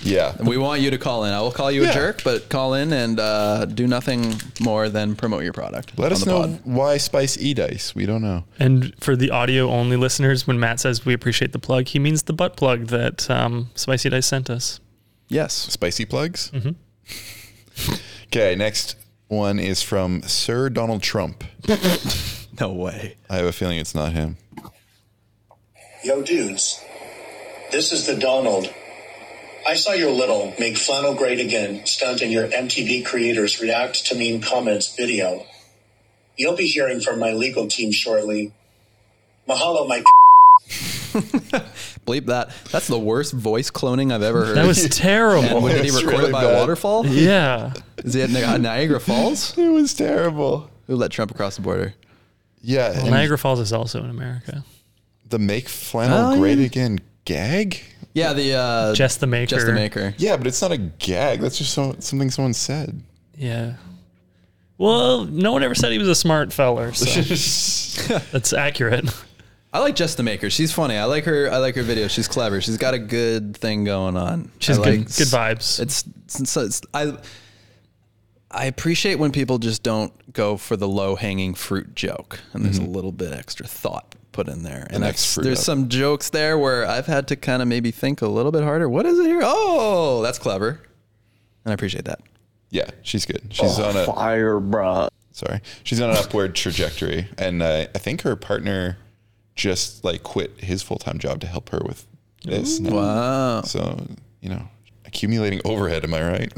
C: Yeah.
B: We want you to call in. I will call you a
C: Yeah.
B: jerk, but call in and uh, do nothing more than promote your product.
C: Let
B: on
C: us
B: the
C: know
B: pod.
C: why Spice E Dice. We don't know.
D: And for the audio only listeners, when Matt says we appreciate the plug, he means the butt plug that um, Spicy Dice sent us.
B: Yes.
C: Spicy plugs? Mm-hmm. [laughs] Okay, next one is from Sir Donald Trump.
B: No way.
C: I have a feeling it's not him.
K: Yo, dudes. This is the Donald. I saw your little make flannel great again stunt in your MTV creators react to mean comments video. You'll be hearing from my legal team shortly. Mahalo, my.
B: Bleep that. That's the worst voice cloning I've ever heard.
D: That was terrible.
B: [laughs] And when did he
C: It's
B: record
C: really
B: it by
C: bad.
B: a waterfall?
D: yeah.
B: Is it Ni- uh, Niagara Falls?
C: It was terrible.
B: Who let Trump across the border?
C: Yeah, and
D: Niagara Falls is also in America.
C: the make flannel
B: Oh,
C: great
B: yeah.
C: again gag.
B: Yeah, the uh,
D: Jess the Maker.
B: Jess the Maker.
C: Yeah, but it's not a gag. That's just so, something someone said.
D: Yeah. Well, no one ever said he was a smart feller,
B: [laughs]
D: so that's accurate.
B: I like Jess the Maker. She's funny. I like her. I like her video. She's clever. She's got a good thing going on.
D: She's
B: I
D: good, [laughs]
B: like-
D: good vibes.
B: It's, it's, it's, I. I appreciate when people just don't go for the low hanging fruit joke, and there's
D: Mm-hmm.
B: a little bit extra thought put in there. And
C: next
B: I've-
C: fruit
B: there's
C: up.
B: some jokes there where I've had to kind of maybe think a little bit harder. What is it here? Oh, that's clever, and I appreciate that.
C: Yeah, she's good. She's on a
L: fire, bruh.
C: Sorry, she's on an upward trajectory, and uh, I think her partner just like quit his full time job to help her with this.
B: Wow.
C: So you know, accumulating overhead. Am I right?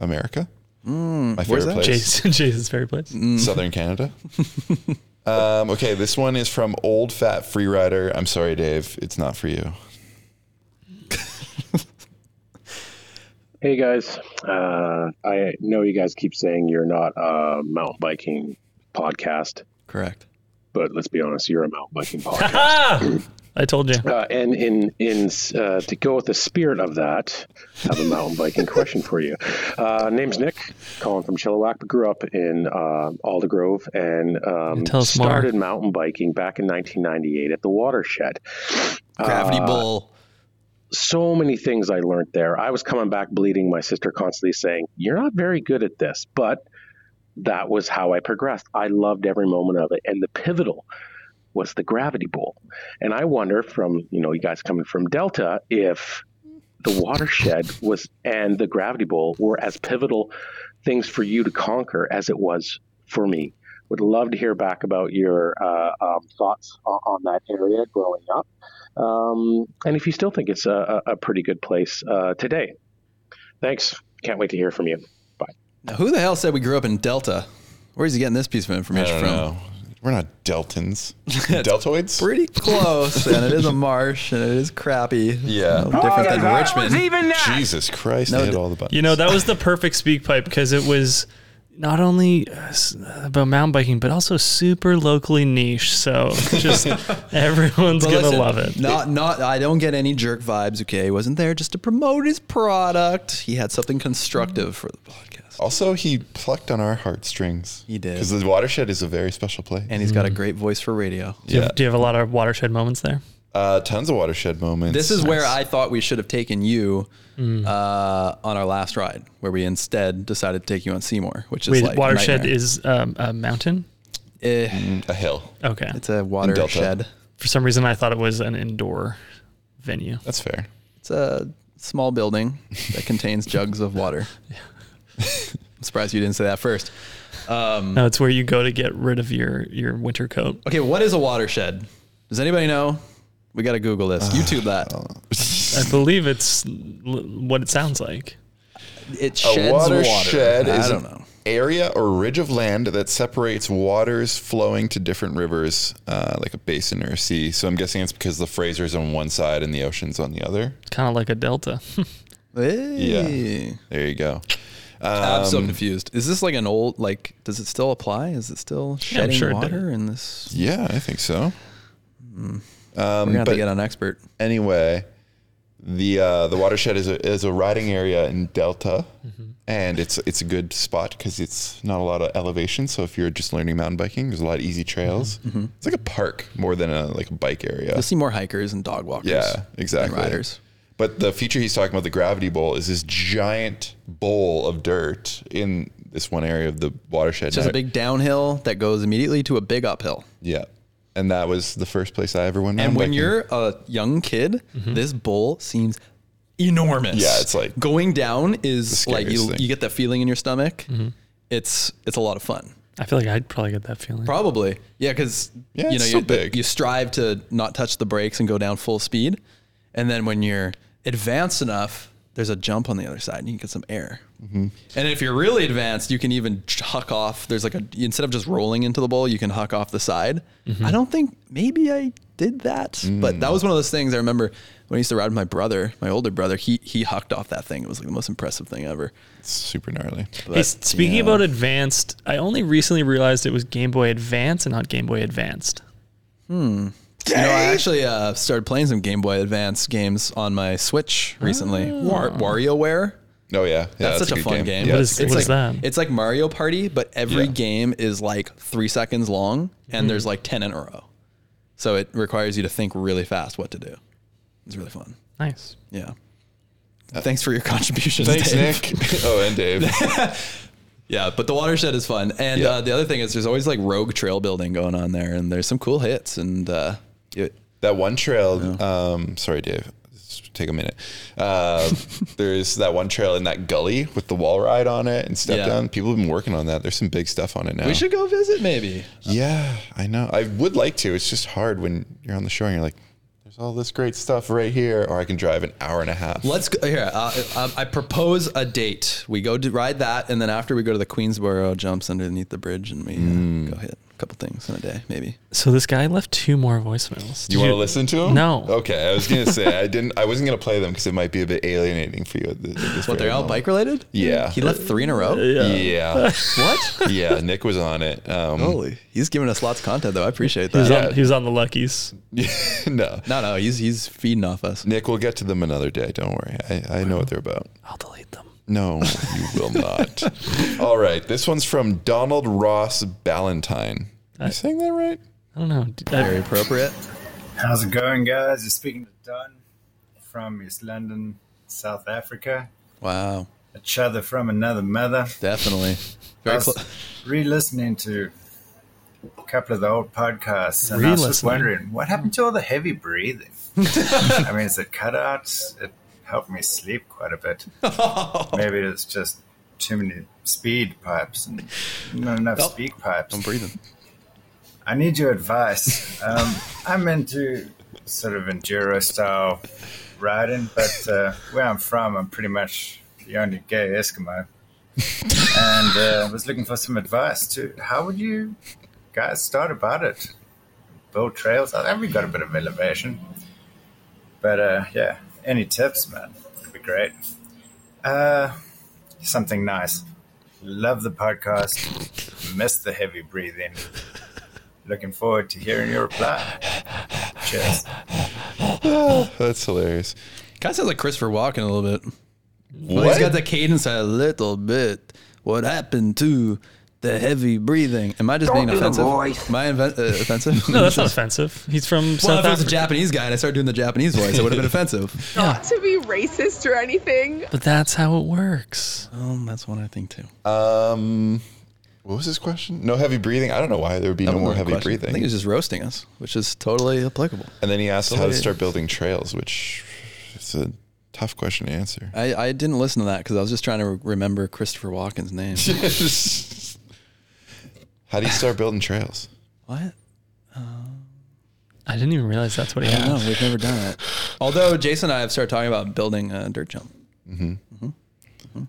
C: America, my
D: Where's
C: favorite
D: that?
B: [laughs]
C: place,
D: Jason, Jason's favorite place.
B: Mm.
C: Southern Canada. um, okay, this one is from Old Fat Free Rider. I'm sorry, Dave, it's not for you.
J: Hey guys, uh, I know you guys keep saying you're not a mountain biking podcast,
B: Correct.
J: but let's be honest, you're a mountain biking podcast.
D: I told you.
J: Uh, and in in uh, to go with the spirit of that, I have a mountain biking question for you. Uh, name's Nick, calling from Chilliwack, but grew up in uh, Aldergrove and um,
D: Tell us more.
J: started mountain biking back in 1998 at the watershed.
B: Gravity
J: Uh,
B: Bull.
J: so many things I learned there. I was coming back bleeding, my sister constantly saying, You're not very good at this. But that was how I progressed. I loved every moment of it. And the pivotal was the gravity bowl. And I wonder from, you know, you guys coming from Delta, if the watershed was and the gravity bowl were as pivotal things for you to conquer as it was for me. Would love to hear back about your uh, um, thoughts on, on that area growing up, um, and if you still think it's a, a, a pretty good place uh, today. Thanks. Can't wait to hear from you. Bye.
B: Now, who the hell said we grew up in Delta? Where's he getting this piece of information
C: I don't
B: from?
C: know. We're not Deltons. Deltoids? Pretty
B: Close, and it is a marsh, and it is [laughs] crappy.
C: Yeah,
D: Oh,
B: no different than Richmond.
C: Jesus Christ,
B: No,
C: I hit
B: d-
C: all the buttons.
D: You know, that was the perfect speak pipe because it was not only uh, s- about mountain biking, but also super locally niche.
B: [laughs]
D: So just everyone's
B: But
D: going
B: listen,
D: to love it.
B: Not, not. I don't get any jerk vibes. Okay, he wasn't there just to promote his product. He had something constructive for the podcast,
C: Also, he plucked on our heartstrings. He did. Because the watershed is a very special place.
B: and he's got a great voice for radio.
D: Do, you have, do you have a lot of watershed moments there?
C: Uh, tons of watershed moments.
B: This is where I thought we should have taken you
D: Mm.
B: uh, on our last ride, where we instead decided to take you on Seymour, which is
D: Wait,
B: like
D: watershed
B: nightmare. Eh,
D: is um, a mountain?
C: Mm, a hill.
D: Okay.
B: It's a watershed.
D: For some reason, I thought it was an indoor venue.
C: That's fair. [laughs]
B: It's a small building that contains jugs of water. I'm surprised you didn't say that first. Um,
D: No, it's where you go to get rid of your, your winter coat.
B: Okay, what is a watershed? Does anybody know? We got to Google this.
C: Uh,
B: YouTube that.
D: I believe it's l- what it sounds like.
B: It
C: a watershed
B: I
C: is
B: don't
C: an area or ridge of land that separates waters flowing to different rivers, uh, like a basin or a sea. So I'm guessing it's because the Fraser's on one side and the ocean's on the other.
D: It's kind of like a delta.
C: Yeah. There you go.
B: I'm so
C: Um,
B: confused. Is this like an old like? Does it still apply? Is it still shedding
D: sure it
B: water in this?
C: Yeah, I think so. Um,
B: gonna have to
C: but
B: get an expert.
C: Anyway, the uh, the watershed is a is a riding area in Delta,
B: Mm-hmm.
C: and it's it's a good spot because it's not a lot of elevation. So if you're just learning mountain biking, there's a lot of easy trails.
B: Mhm.
C: It's like a park more than a like a bike area.
B: You'll see more hikers and dog walkers.
C: Yeah, exactly.
B: And riders.
C: But the feature he's talking about, the gravity bowl, is this giant bowl of dirt in this one area of the watershed.
B: It's just a big downhill that goes immediately to a big uphill.
C: yeah, and that was the first place I ever went.
B: and
C: mountain
B: when
C: biking.
B: you're a young kid, this bowl seems enormous.
C: Mm-hmm. Yeah, it's like
B: going down is like
C: scariest
B: you
C: thing. Mm-hmm.
B: you get that feeling in your stomach. It's it's a lot of fun.
D: I feel like I'd probably get that feeling.
B: Probably. Yeah, because
D: Yeah,
B: you
D: it's
B: know
D: so
B: you, you strive to not touch the brakes and go down full speed, and then when you're advanced enough, there's a jump on the other side and you can get some air.
D: Mm-hmm.
B: And if you're really advanced, you can even huck off. There's like a instead of just rolling into the bowl, you can huck off the side. I don't think maybe I did that, but
D: Mm.
B: that was one of those things I remember when I used to ride with my brother, my older brother. He he hucked off that thing. It was like the most impressive thing ever. It's
C: super gnarly.
D: Hey, s- speaking about advanced, I only recently realized it was Game Boy Advance and not Game Boy Advanced.
B: Hmm. You know, I actually uh, started playing some Game Boy Advance games on my Switch recently. War- WarioWare.
C: Oh yeah, yeah
B: that's, such a,
C: good
B: fun game.
C: Yeah,
D: What
C: it's
D: is-
C: a good
B: it's
D: what is
B: like,
D: that?
B: It's like Mario Party, but every game is like three seconds long, and
D: Mhm.
B: there's like ten in a row. So it requires you to think really fast what to do. It's really fun.
D: Nice.
B: Yeah. Thanks for your [laughs] contributions.
C: Thanks,
B: Dave.
C: Nick. oh, and Dave.
B: [laughs] Yeah, but the watershed is fun, and uh, the other thing is there's always like rogue trail building going on there, and there's some cool hits, and uh, it,
C: that one trail. Um, sorry, Dave. Just Take a minute.
B: [laughs]
C: Uh, there's that one trail in that gully with the wall ride on it and step
B: Yeah.
C: down. People have been working on that. There's some big stuff on it now.
B: we should go visit maybe.
C: Yeah, I know. I would like to. It's just hard when you're on the shore and you're like, there's all this great stuff right here, or I can drive an hour and a half.
B: Let's go here. Uh, um, I propose a date. We go to ride that, and then after we go to the Queensboro jumps underneath the bridge, and we uh,
C: Mm.
B: go hit a couple things in a day, maybe.
D: So this guy left two more voicemails. Did
C: You want to listen to them?
D: No.
C: Okay, I was gonna say
B: [laughs]
C: I didn't. I wasn't gonna play them because it might be a bit alienating for you. At the, at this
B: What
C: very
B: they're all
C: moment.
B: bike related?
C: Yeah.
B: He left three in a row.
C: Yeah.
B: [laughs] What?
C: yeah. Nick was on it. Um,
B: Holy, he's giving us lots of content though. I appreciate that.
D: He was, on, he was on the luckies.
C: [laughs] no.
B: No, no, he's he's feeding off us.
C: Nick, we'll get to them another day. Don't worry. I, I know what they're about. I'll delete them. No, you
B: [laughs]
C: will not. All right. This one's from Donald Ross Ballantyne. Am I saying that right?
D: I don't know. Did- I-
B: Very appropriate.
M: How's it going, guys? You're speaking to Don from East London, South Africa.
B: Wow,
M: A chother from another mother.
B: definitely.
M: I
B: Very
M: was
B: close.
M: re-listening to a couple of the old podcasts, and I was just
D: Re-listening?
M: wondering what happened to all the heavy
B: [laughs]
M: breathing. I mean, is it cutouts? It helped me sleep quite a
B: [laughs]
M: bit.
B: Oh.
M: Maybe it's just too many speed pipes and not enough
B: Nope.
M: speak pipes.
B: I'm breathing.
M: I need your advice. Um, I'm into sort of enduro style riding, but uh, where I'm from, I'm pretty much the only gay
B: [laughs]
M: Eskimo. and uh, I was looking for some advice to how would you guys start about it? Build trails. I think we got a bit of elevation, but uh, yeah, any tips, man? Would be great. Uh, something nice. Love the podcast. Miss the heavy breathing. Looking forward to hearing your reply. Cheers.
C: That's hilarious.
B: Kind of sounds like Christopher Walken a little bit. Well,
C: What?
B: he's got the cadence a little bit. What happened to the heavy breathing? Am I just being offensive? Am I inven- uh,
C: [laughs]
B: offensive?
D: no, that's not offensive. He's from
B: Well,
D: South
B: if it was a
D: Africa.
B: Japanese guy and I started doing the Japanese voice, it would have
C: [laughs]
B: been offensive.
N: Not to be racist or anything.
D: but that's how it works.
B: Um, that's what I think too.
C: Um, what was his question? No heavy breathing. I don't know why there would be no more heavy
B: Question. I
C: breathing.
B: think he's just roasting us, which is totally applicable.
C: and then he asked how to
B: Totally.
C: start building trails, which it's a tough question
B: [laughs]
C: to answer. [laughs]
B: I, I didn't listen to that because I was just trying to re- remember Christopher Walken's
C: [laughs]
B: name.
C: How do you start building trails?
B: what?
D: I didn't even realize that's what he
B: I
D: had.
B: don't know. We've never done it. Although Jason and I have started talking about building a dirt jump.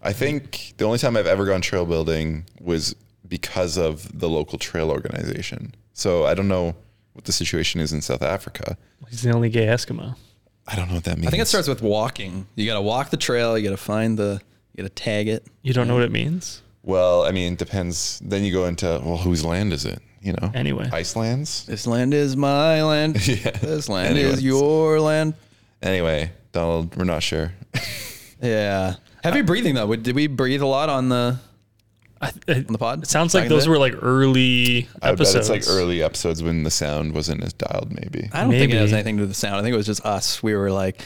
C: I think the only time I've ever gone trail building was because of the local trail organization. So I don't know what the situation is in South Africa.
D: He's the only gay Eskimo.
C: I don't know what that means.
B: I think it starts with walking. You got to walk the trail. You got to find the. You got to tag it.
D: You don't know what it means?
C: Well, I mean, it depends. Then you go into well, whose land is it? You know,
D: Anyway.
C: Iceland's.
B: This land is my land. This land
C: Anyways.
B: is your land.
C: Anyway, Donald, we're not sure.
B: Yeah. Heavy breathing though. Did we breathe a lot on the
D: I, I,
B: on the pod?
D: it sounds
B: Back
D: like
B: in the
D: those
B: day?
D: were like early
C: I bet
D: episodes.
C: it's like early episodes when the sound wasn't as dialed, maybe.
B: I don't think it has
D: maybe.
B: anything to do with the sound. I think it was just us. We were like,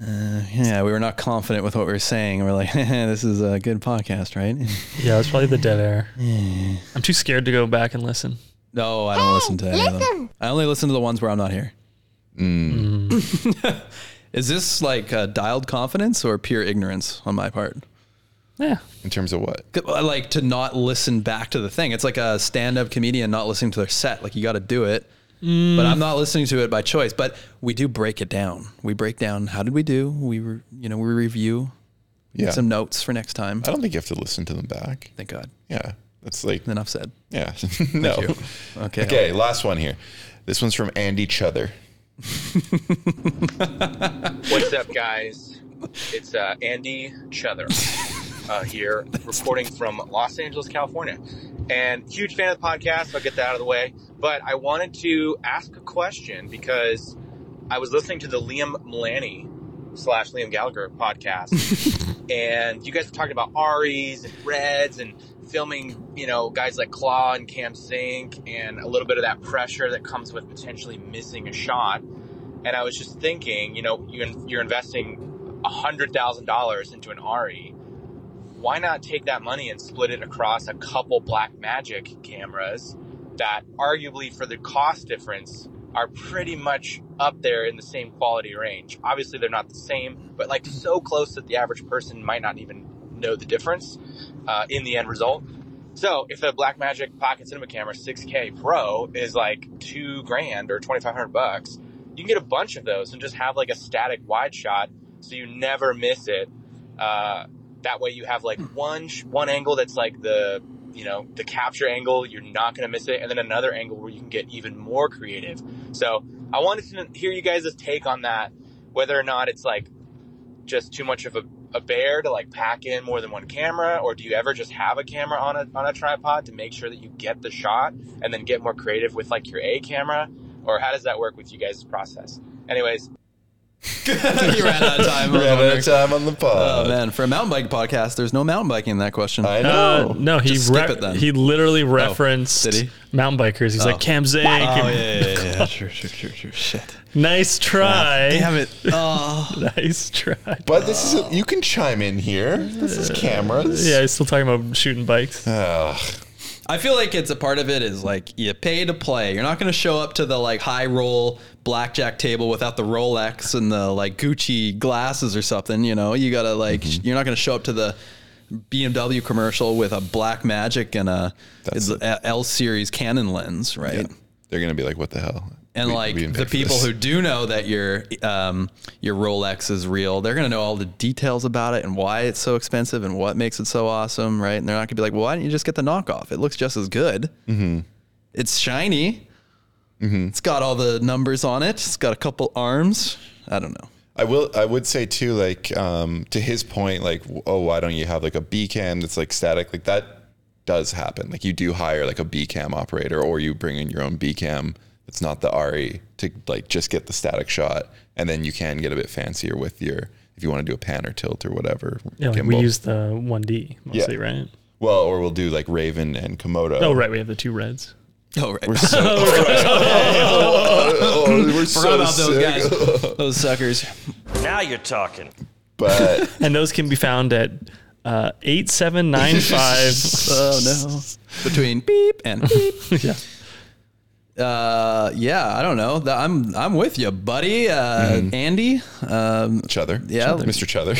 B: uh, yeah, we were not confident with what we were saying. We were like, [laughs] this is a good podcast, right? [laughs]
D: Yeah, it's probably the dead air. I'm too scared to go back and listen.
B: no, I don't listen to any of them. I only listen to the ones where I'm not here. [laughs] is this like uh, dialed confidence or pure ignorance on my part?
D: Yeah.
C: In terms of what?
B: uh, like to not listen back to the thing. It's like a stand-up comedian not listening to their set. Like you got to do it. But I'm not listening to it by choice. But we do break it down. We break down how did we do? We re, you know we review
C: Yeah.
B: some notes for next time.
C: I don't think you have to listen to them back.
B: Thank God.
C: Yeah. That's like,
B: Enough said.
C: yeah. [laughs] no.
B: you. Okay.
C: Okay, last one here. This one's from Andy Chother.
J: What's up, guys? It's uh, Andy Chother uh, here, reporting from Los Angeles, California. And huge fan of the podcast. I'll get that out of the way. But I wanted to ask a question because I was listening to the Liam Mullaney slash Liam Gallagher podcast, and you guys were talking about Aries and Reds and filming, you know, guys like Claw and Cam Sink, and a little bit of that pressure that comes with potentially missing a shot and I was just thinking, you know, you, you're investing $100,000 into an RE, why not take that money and split it across a couple black magic cameras that arguably for the cost difference are pretty much up there in the same quality range. Obviously they're not the same, but like so close that the average person might not even know the difference uh, in the end result. So if a Blackmagic Pocket Cinema Camera 6K Pro is like two grand or 2,500 bucks, you can get a bunch of those and just have like a static wide shot so you never miss it. Uh, that way you have like one sh- one angle that's like the you know the capture angle you're not going to miss it and then another angle where you can get even more creative so i wanted to hear you guys' take on that whether or not it's like just too much of a, a bear to like pack in more than one camera or do you ever just have a camera on a, on a tripod to make sure that you get the shot and then get more creative with like your a camera or how does that work with you guys' process anyways
B: [laughs] [laughs] you ran out of time.
C: Ran out of time on the pod.
B: Oh man, for a mountain bike podcast, there's no mountain biking in that question. I
D: Uh, no, he
B: Just skip
D: re-
B: it then. Oh.
D: he literally referenced
B: did he?
D: mountain bikers. He's
B: Oh.
D: like Cam Zank.
B: Oh,
D: and-
B: yeah, yeah, yeah, yeah. sure, sure, sure, sure. Shit.
D: [laughs] Nice try.
B: damn it. [laughs] Oh.
D: [laughs]
B: [laughs]
D: nice try.
C: But this is a, you can chime in here. This is cameras.
D: Yeah, he's still talking about shooting bikes.
B: Uh, I feel like it's a part of it is like you pay to play. You're not going to show up to the like high roll blackjack table without the Rolex and the like Gucci glasses or something. You know, you got to like, sh- you're not going to show up to the BMW commercial with a black magic and a a L series Canon lens, right?
C: They're gonna be like, what the hell?
B: And
C: We-
B: like
C: we didn't pay
B: the
C: for
B: people
C: this.
B: who do know that your um, your Rolex is real, they're gonna know all the details about it and why it's so expensive and what makes it so awesome, right? And they're not gonna be like, well, why didn't you just get the knockoff? It looks just as good.
C: Mhm.
B: It's shiny.
C: Mm-hmm.
B: It's got all the numbers on it. It's got a couple arms. I don't
C: [laughs]
B: know.
C: I will. I would say too, like um, to his point, like oh, why don't you have like a B cam that's like static? Like that does happen. Like you do hire like a B cam operator, or you bring in your own B cam that's not the RE to like just get the static shot, and then you can get a bit fancier with your if you want to do a pan or tilt or whatever.
D: Yeah, like we
C: gimbal.
D: use the 1D mostly,
C: Yeah.
D: right?
C: Well, or we'll do like Raven and Komodo.
D: Oh, right. We have the two reds.
B: Oh, right.
C: We're so, Oh,
D: [laughs]
C: we're so sick. [laughs]
B: guys, those suckers.
O: Now you're talking.
C: But
D: and those can be found at uh, 8795.
B: [laughs] oh no. Between beep and
C: [laughs]
B: beep.
D: yeah.
B: Uh, yeah, I don't know. Th- I'm I'm with you, buddy. Uh,
C: Mm-hmm.
B: Andy, um,
C: Chother,
B: yeah,
C: Mr. Chother.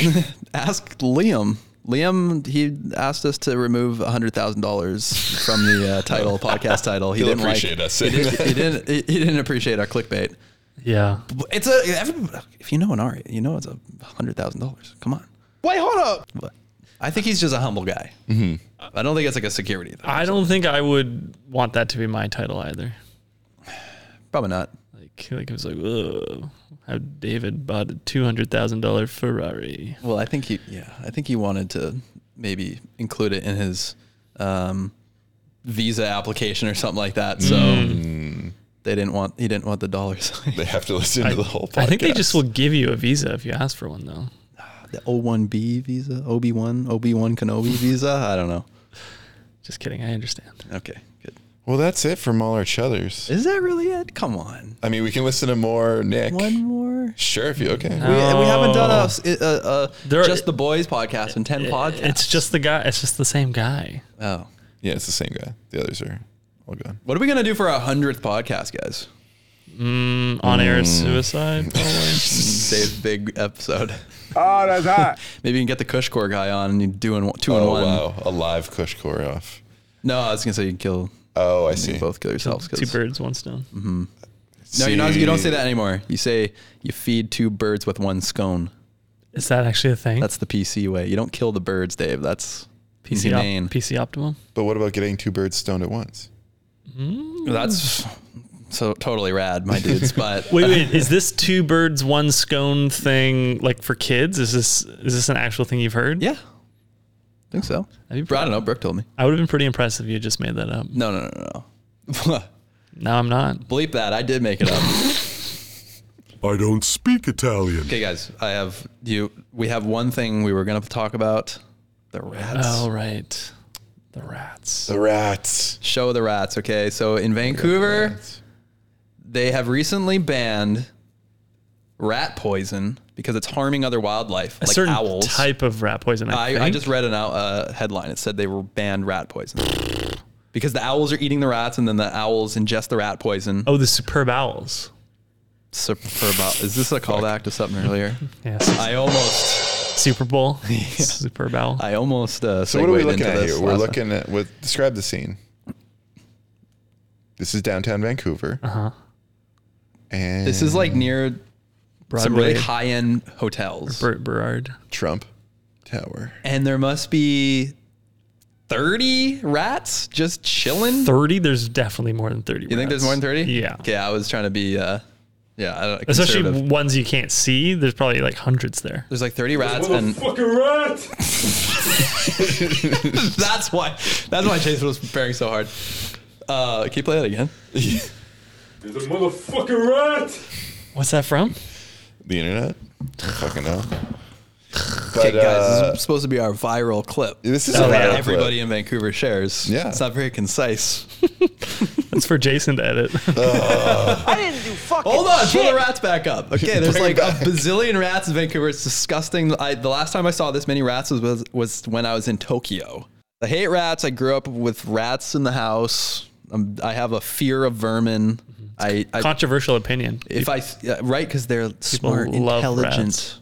B: ask Liam. Liam, he asked us to remove hundred thousand dollars from the [laughs] uh, title podcast title. He
C: He'll
B: didn't like-
C: appreciate us
B: He
C: saying [laughs]
B: didn't, he
C: that.
B: didn't. He he didn't appreciate our clickbait.
D: Yeah.
B: It's a every- if you know an Ari, you know it's a hundred thousand dollars. Come on. Wait, hold up. Mm-hmm. I think he's just a humble guy.
C: Mhm.
B: I don't think it's like a security thing.
D: I don't think I would want that to be my title either.
B: Probably not.
D: Like, like it was like, whoa, how David bought a $200,000 Ferrari.
B: Well, I think he, yeah, I think he wanted to maybe include it in his um, visa application or something like that. So they didn't want he didn't want the dollar [laughs] sign.
C: They have to listen to the whole podcast.
D: I think they just will give you a visa if you ask for one, though.
B: the O one B visa, OB one, OB one Kenobi visa. I don't know.
D: Just kidding. I understand.
B: Okay, good.
C: Well, that's it from all our chuthers.
B: Is that really it? Come on,
C: I mean, we can listen to more, Nick.
B: one more.
C: Sure, if you okay.
B: We, we haven't done
D: No.
B: a, s- a- a- just the boys podcast in ten podcasts.
D: It's just the guy. It's just the same guy.
B: oh,
C: yeah, it's the same guy. The others are all gone.
B: What are we gonna do for our hundredth podcast, guys?
D: Mm, on air
B: [laughs]
D: suicide,
C: [laughs]
D: probably.
B: Save big episode.
P: [laughs] Oh, that's hot.
B: [laughs] Maybe you can get the Kushcore guy on and you do an, two and
C: Oh,
B: one.
C: wow. A live Kush core off.
B: No, I was gonna say you can kill.
C: Oh, I
B: you
C: see.
B: both kill yourselves. 'cause-
D: Two birds, one stone.
B: Mhm. No, you're not, you don't say
D: See.
B: that anymore. You say you feed two birds with one scone.
D: Is that actually a thing?
B: That's the PC way. You don't kill the birds, Dave. That's
D: PC op-
B: humane.
D: PC optimum.
C: But what about getting two birds stoned at once?
B: That's so totally rad, my dudes.
D: [laughs]
B: But
D: Wait, wait. Is this two birds, one scone thing like for kids? Is this is this an actual thing you've heard?
B: Yeah, I think so. I don't know. Brooke told me.
D: I would have been pretty impressed if you just made that up.
B: No, no, no,
D: [laughs]
B: no.
D: no, I'm not.
B: Bleep that. I did make it up.
Q: I don't speak Italian.
B: okay, guys. I have you. We have one thing we were gonna talk about. The rats.
D: Oh right, the rats.
C: The rats.
B: Show the rats. Okay, so in Vancouver, they have recently banned rat poison because it's harming other wildlife,
D: A
B: like
D: certain
B: owls.
D: type of rat poison. I,
B: I, I
D: think.
B: just read an out- uh, headline. It said they were banned rat poison because the owls are eating the rats, and then the owls ingest the rat poison.
D: Oh, the superb owls.
B: Superb owl. Is this a callback to something earlier?
D: Yes.
B: I almost [laughs]
D: Super Bowl. [laughs] Superb owl.
B: I almost. Uh,
C: So what are we
B: segued
C: looking
B: into
C: at
B: this
C: here? We're
B: last-
C: looking at with describe the scene. This is downtown Vancouver. Uh
D: huh.
C: And
B: This is like near some
C: Broadway.
B: really high end hotels.
D: Bert Berard.
C: Trump Tower.
B: And there must be 30 rats just chilling.
D: 30? There's definitely more than 30.
B: You think there's more than 30?
D: Yeah.
B: Okay, I was than trying to be, uh, yeah, I don't,
D: Especially
B: conservative.
D: ones you can't see. There's probably like hundreds there.
B: There's like 30 rats, and
P: Fucking rat!
B: [laughs] that's why that's why Chase was preparing so hard. Uh, can you play that again?
P: There's a motherfucking rat!
D: What's that from?
C: The internet? I don't
B: [sighs]
C: fucking know.
B: okay, guys,
C: But, uh,
B: this is supposed to be our viral clip.
C: This is
B: that
C: a viral clip.
B: everybody in Vancouver shares.
C: Yeah.
B: it's not very concise.
D: That's for Jason
B: [laughs]
D: to edit.
B: I
O: didn't do fucking
B: Hold on,
O: shit.
B: pull the rats back
C: [laughs]
B: up. Okay, there's
D: Bring
B: like
D: back.
B: a bazillion rats in Vancouver. It's disgusting. I, the last time I saw this many rats was, was was when I was in Tokyo. I hate rats. I grew up with rats in the house. Um, I have a fear of vermin. I, I
D: Controversial opinion.
B: if I yeah, right because they're smart,
D: love
B: intelligent.
D: rats.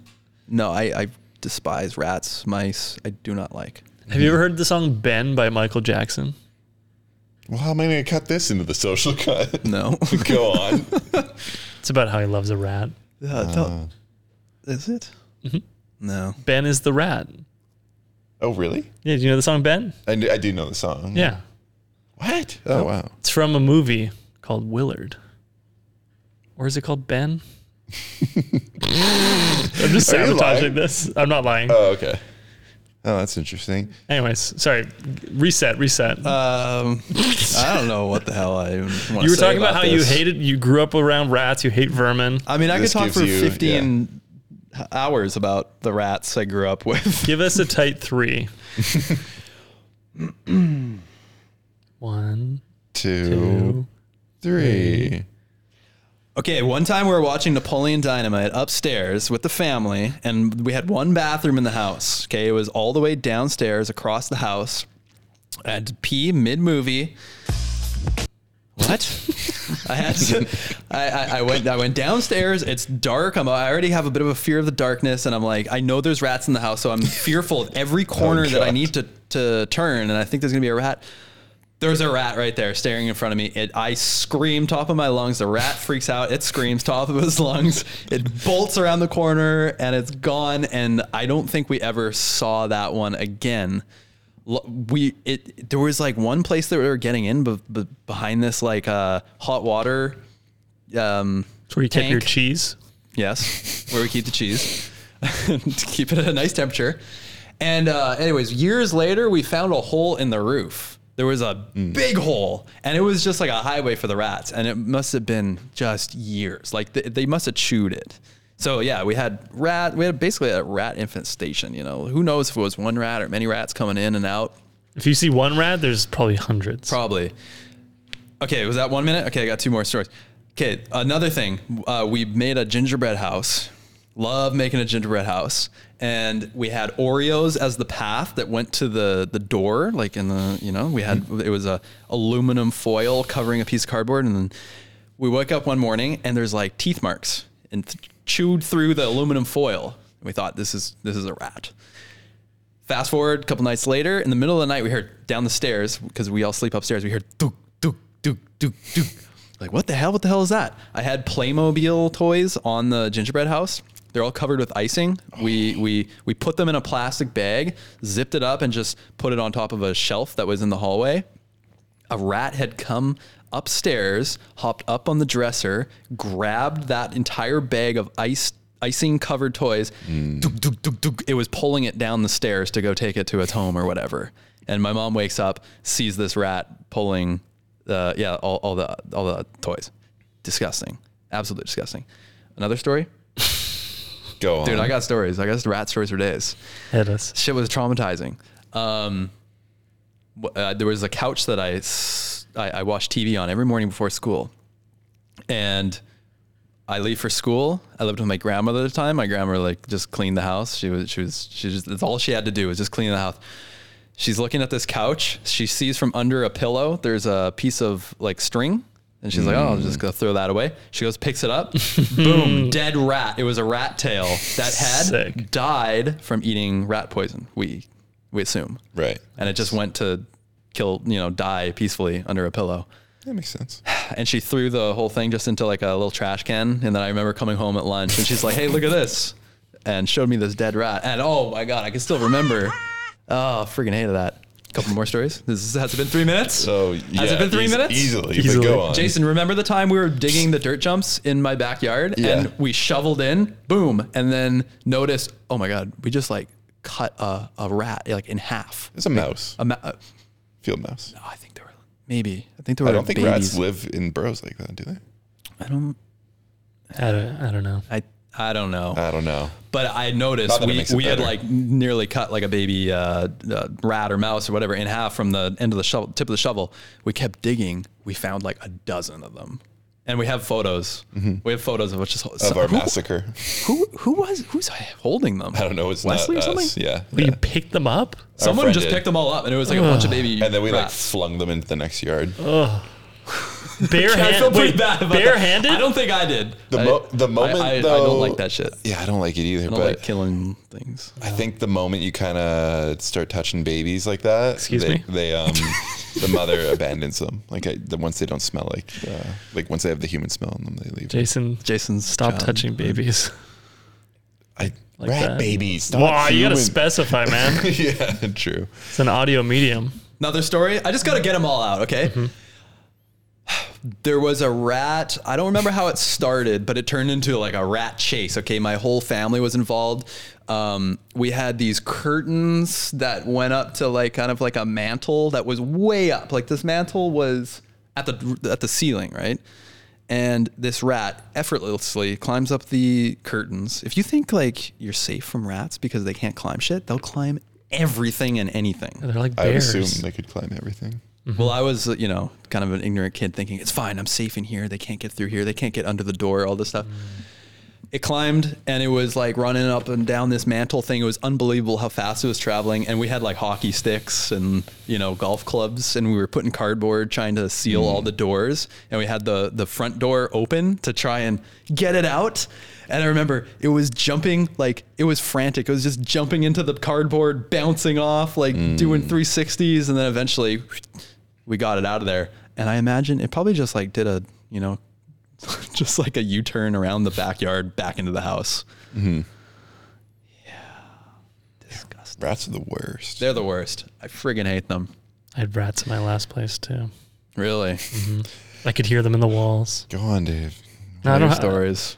B: No, I, I despise rats, mice. I do not like.
D: Have you ever heard the song Ben by Michael Jackson?
C: Well, how am I going to cut this into the social [laughs]
B: [laughs]
C: cut?
B: No.
C: Go on.
D: It's about how he loves a rat.
B: Uh, don't- is it?
D: Mm-hmm.
B: No.
D: Ben is the rat.
C: Oh, really?
D: Yeah, do you know the song Ben?
C: I do, I do know the song.
D: Yeah.
C: What? Oh, wow.
D: It's from a movie called Willard. Or is it
B: [laughs]
D: called Ben? I'm just
C: Are you
D: sabotaging
C: lying?
D: this. I'm not lying.
B: Uh,
C: Oh, okay. Oh, that's interesting.
D: Anyways, sorry. Reset, reset.
B: Um, I don't know what the hell I even wanna
D: You were
B: say
D: talking about,
B: about
D: how
B: this.
D: you hated, you grew up around rats, you hate vermin.
B: I mean, I could talk for
D: fifteen.
B: 15 hours about the rats I grew up with. [laughs]
D: Give us a tight three. One,
C: two, three.
B: Okay, one time we were watching Napoleon Dynamite upstairs with the family, and we had one bathroom in the house. Okay, it was all the way downstairs across the house. I had to pee mid movie. What? I had to, I, I, I went I went downstairs. It's dark. I'm I already have a bit of a fear of the darkness, and I'm like I know there's rats in the house, so I'm fearful of every corner that I need to to turn, and I think there's gonna be a rat. There's a rat right there staring in front of me. It, I scream top of my lungs. The rat freaks out. It screams top of his lungs. It bolts around the corner and it's gone. And I don't think we ever saw that one again. L- We it there was like one place that we were getting in, but behind this like uh, hot water. Um,
D: where you kept your
B: tank.
D: cheese.
B: Yes, where we keep the cheese [laughs] to keep it at a nice temperature. And uh, anyways, years later, we found a hole in the roof. There was a big hole, and it was just like a highway for the rats. And it must have been just years. Like th- they must have chewed it. So yeah, we had rat. We had basically a rat infestation. You know, who knows if it was one rat or many rats coming in and out.
D: If you see one rat, there's probably hundreds.
B: Probably. Okay, was that one minute? Okay, I got two more stories. Okay, another thing. Uh, we made a gingerbread house. Love making a gingerbread house. And we had Oreos as the path that went to the, the door, like in the, you know, we had, it was a aluminum foil covering a piece of cardboard. And then we woke up one morning and there's like teeth marks and th- chewed through the aluminum foil. And we thought, this is, this is a rat. Fast forward a couple nights later, in the middle of the night, we heard down the stairs because we all sleep upstairs. We heard dook, dook, dook, dook, dook. Like, what the hell? What the hell is that? I had Playmobil toys on the gingerbread house. They're all covered with icing. We we we put them in a plastic bag, zipped it up, and just put it on top of a shelf that was in the hallway. A rat had come upstairs, hopped up on the dresser, grabbed that entire bag of ice icing covered toys.
C: Mm.
B: Duk, duk, duk, duk. It was pulling it down the stairs to go take it to its home or whatever. And my mom wakes up, sees this rat pulling uh, yeah, all, all the all the toys. Disgusting. Absolutely disgusting. Another story?
C: Go
B: Dude,
C: on.
B: I got stories. I got rat stories for days.
D: Hit us.
B: Shit was traumatizing. Um, wh- uh, there was a couch that I, s- I I watched TV on every morning before school, and I leave for school. I lived with my grandmother at the time. My grandmother like just cleaned the house. She was she was she just that's all she had to do was just clean the house. She's looking at this couch. She sees from under a pillow there's a piece of like string. And she's like, oh, I'm just gonna throw that away. She goes, picks it up, boom, dead rat. It was a rat tail that had died from eating rat poison. We we assume,
C: right?
B: And it just went to kill, you know, die peacefully under a pillow.
C: That makes sense.
B: And she threw the whole thing just into like a little trash can. And then I remember coming home at lunch and she's like, hey, look at this. And showed me this dead rat. And oh my God, I can still remember. Oh, freaking hated that. A couple more stories. This has it been three minutes?
C: So yeah,
B: Has it been three
C: eas-
B: minutes?
C: Easily, but go on.
B: Jason, remember the time we were digging the dirt jumps in my backyard
C: Yeah.
B: and we shoveled in, boom, and then noticed, oh my God, we just like cut a, a rat like in half.
C: It's a mouse.
B: A ma- uh,
C: Field mouse.
B: No, I think they were. Maybe. I think they were
C: I don't think rats
B: Oh, babies.
C: live in burrows like that, do they?
B: I don't.
D: I don't, I don't know.
B: I I don't know.
C: I don't know.
B: But I
C: Not
B: noticed
C: that it
B: we,
C: makes it
B: we had
C: better.
B: like nearly cut like a baby uh, uh, rat or mouse or whatever in half from the end of the shovel, tip of the shovel. We kept digging. We found like a dozen of them, and we have photos. We have photos of just
C: Mm-hmm. Of our massacre. [laughs]
B: Who who was who's holding them?
C: I don't know. It's
B: Wesley
C: not
B: or
C: us.
B: something?
C: Yeah.
D: But you picked them up?
C: Our
B: Someone
C: friend
B: just
C: did.
B: picked them all up, and it was like a bunch of baby.
C: And then we like
B: rats.
C: flung them into the next yard.
B: Oh,
D: Ugh. [laughs] Bare
B: [laughs] I
D: hand-
B: feel pretty
D: wait,
B: bad about that.
D: barehanded?
B: I don't think I did.
C: The,
B: I-
C: mo- the moment
B: I, I,
C: though,
B: I don't like that shit.
C: Yeah, I don't like it either.
B: I don't
C: but
B: like killing things.
C: I think the moment you kind of start touching babies like that,
B: Excuse
C: they,
B: me? [laughs]
C: they um, the mother abandons them. Like I, the, once they don't smell like, uh, like once they have the human smell in them, they leave.
D: Jason,
B: Jason,
D: stop touching babies.
C: I
D: like
C: rat
D: that.
C: babies. not
D: Wow, you gotta
C: human.
D: specify, man.
C: [laughs]
B: [laughs]
C: yeah, true.
D: It's an audio medium.
B: Another story. I just got to get them all out, okay? There was a rat. I don't remember how it started, but it turned into like a rat chase. Okay, my whole family was involved. Um, we had these curtains that went up to like kind of like a mantle that was way up. Like this mantle was at the at the ceiling, right? And this rat effortlessly climbs up the curtains. If you think like you're safe from rats because they can't climb shit, they'll climb everything and anything.
D: They're like
C: I would
D: bears.
C: assume they could climb everything.
B: Well, I was, you know, kind of an ignorant kid thinking, it's fine, I'm safe in here. They can't get through here. They can't get under the door, all this stuff. It climbed and it was like running up and down this mantle thing. It was unbelievable how fast it was traveling. And we had like hockey sticks and, you know, golf clubs and we were putting cardboard trying to seal all the doors. And we had the, the front door open to try and get it out. And I remember it was jumping like it was frantic. It was just jumping into the cardboard, bouncing off, like doing 360s. And then eventually we got it out of there. And I imagine it probably just like did a, you know, [laughs] just like a U turn around the backyard back into the house.
C: Mm-hmm. Yeah, disgusting. Rats are the worst.
B: They're the worst. I friggin' hate them.
D: I had rats at my last place too.
B: Really?
D: I could hear them in the walls.
C: Go on, Dave.
D: No, I
B: What are
D: don't
B: your
D: ha-
B: stories.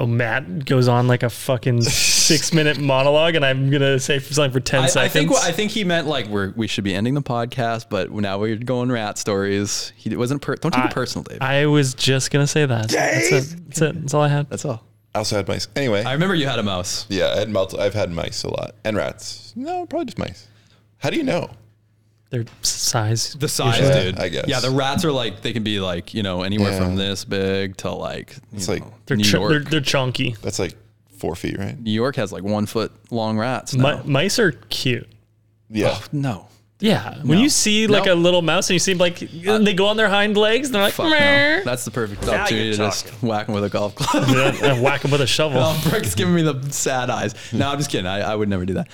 D: Oh, Matt goes on like
B: [laughs]
D: a fucking six minute monologue, and I'm gonna say something for ten
B: I, I
D: seconds.
B: think what- I think he meant like we're, we should be ending the podcast, but now we're going rat stories. He wasn't. Per- don't take it personal, Dave.
D: I was just gonna say that. That's it. That's it. That's all I had.
B: That's all.
C: I also had mice. Anyway,
B: I remember you had a mouse.
C: yeah, I had multi- I've had mice a lot and rats. No, probably just mice. How do you know?
D: Their size.
B: The size,
C: Yeah,
B: dude.
C: I guess.
B: Yeah, the rats are like they can be like you know anywhere
C: Yeah.
B: from this big to like you
C: It's
B: know,
C: like
D: They're,
B: New
D: ch-
B: York.
D: they're they're chunky.
C: That's like four feet, right?
B: New York has like one foot long rats. Now.
D: Mi- mice are cute.
C: Yeah.
B: no.
D: Yeah. When
B: No.
D: you see like
B: No. Uh,
D: a little mouse and you see them like they go on their hind legs, and they're like,
B: Fuck no.
D: "Meh."
B: That's the perfect
D: Now
B: opportunity
D: you're
B: to just whack him with a golf club.
D: Yeah, [laughs] and whack them with a shovel.
B: Oh, [laughs] Brick's giving me the sad eyes. No, I'm just kidding. I, I would never do that.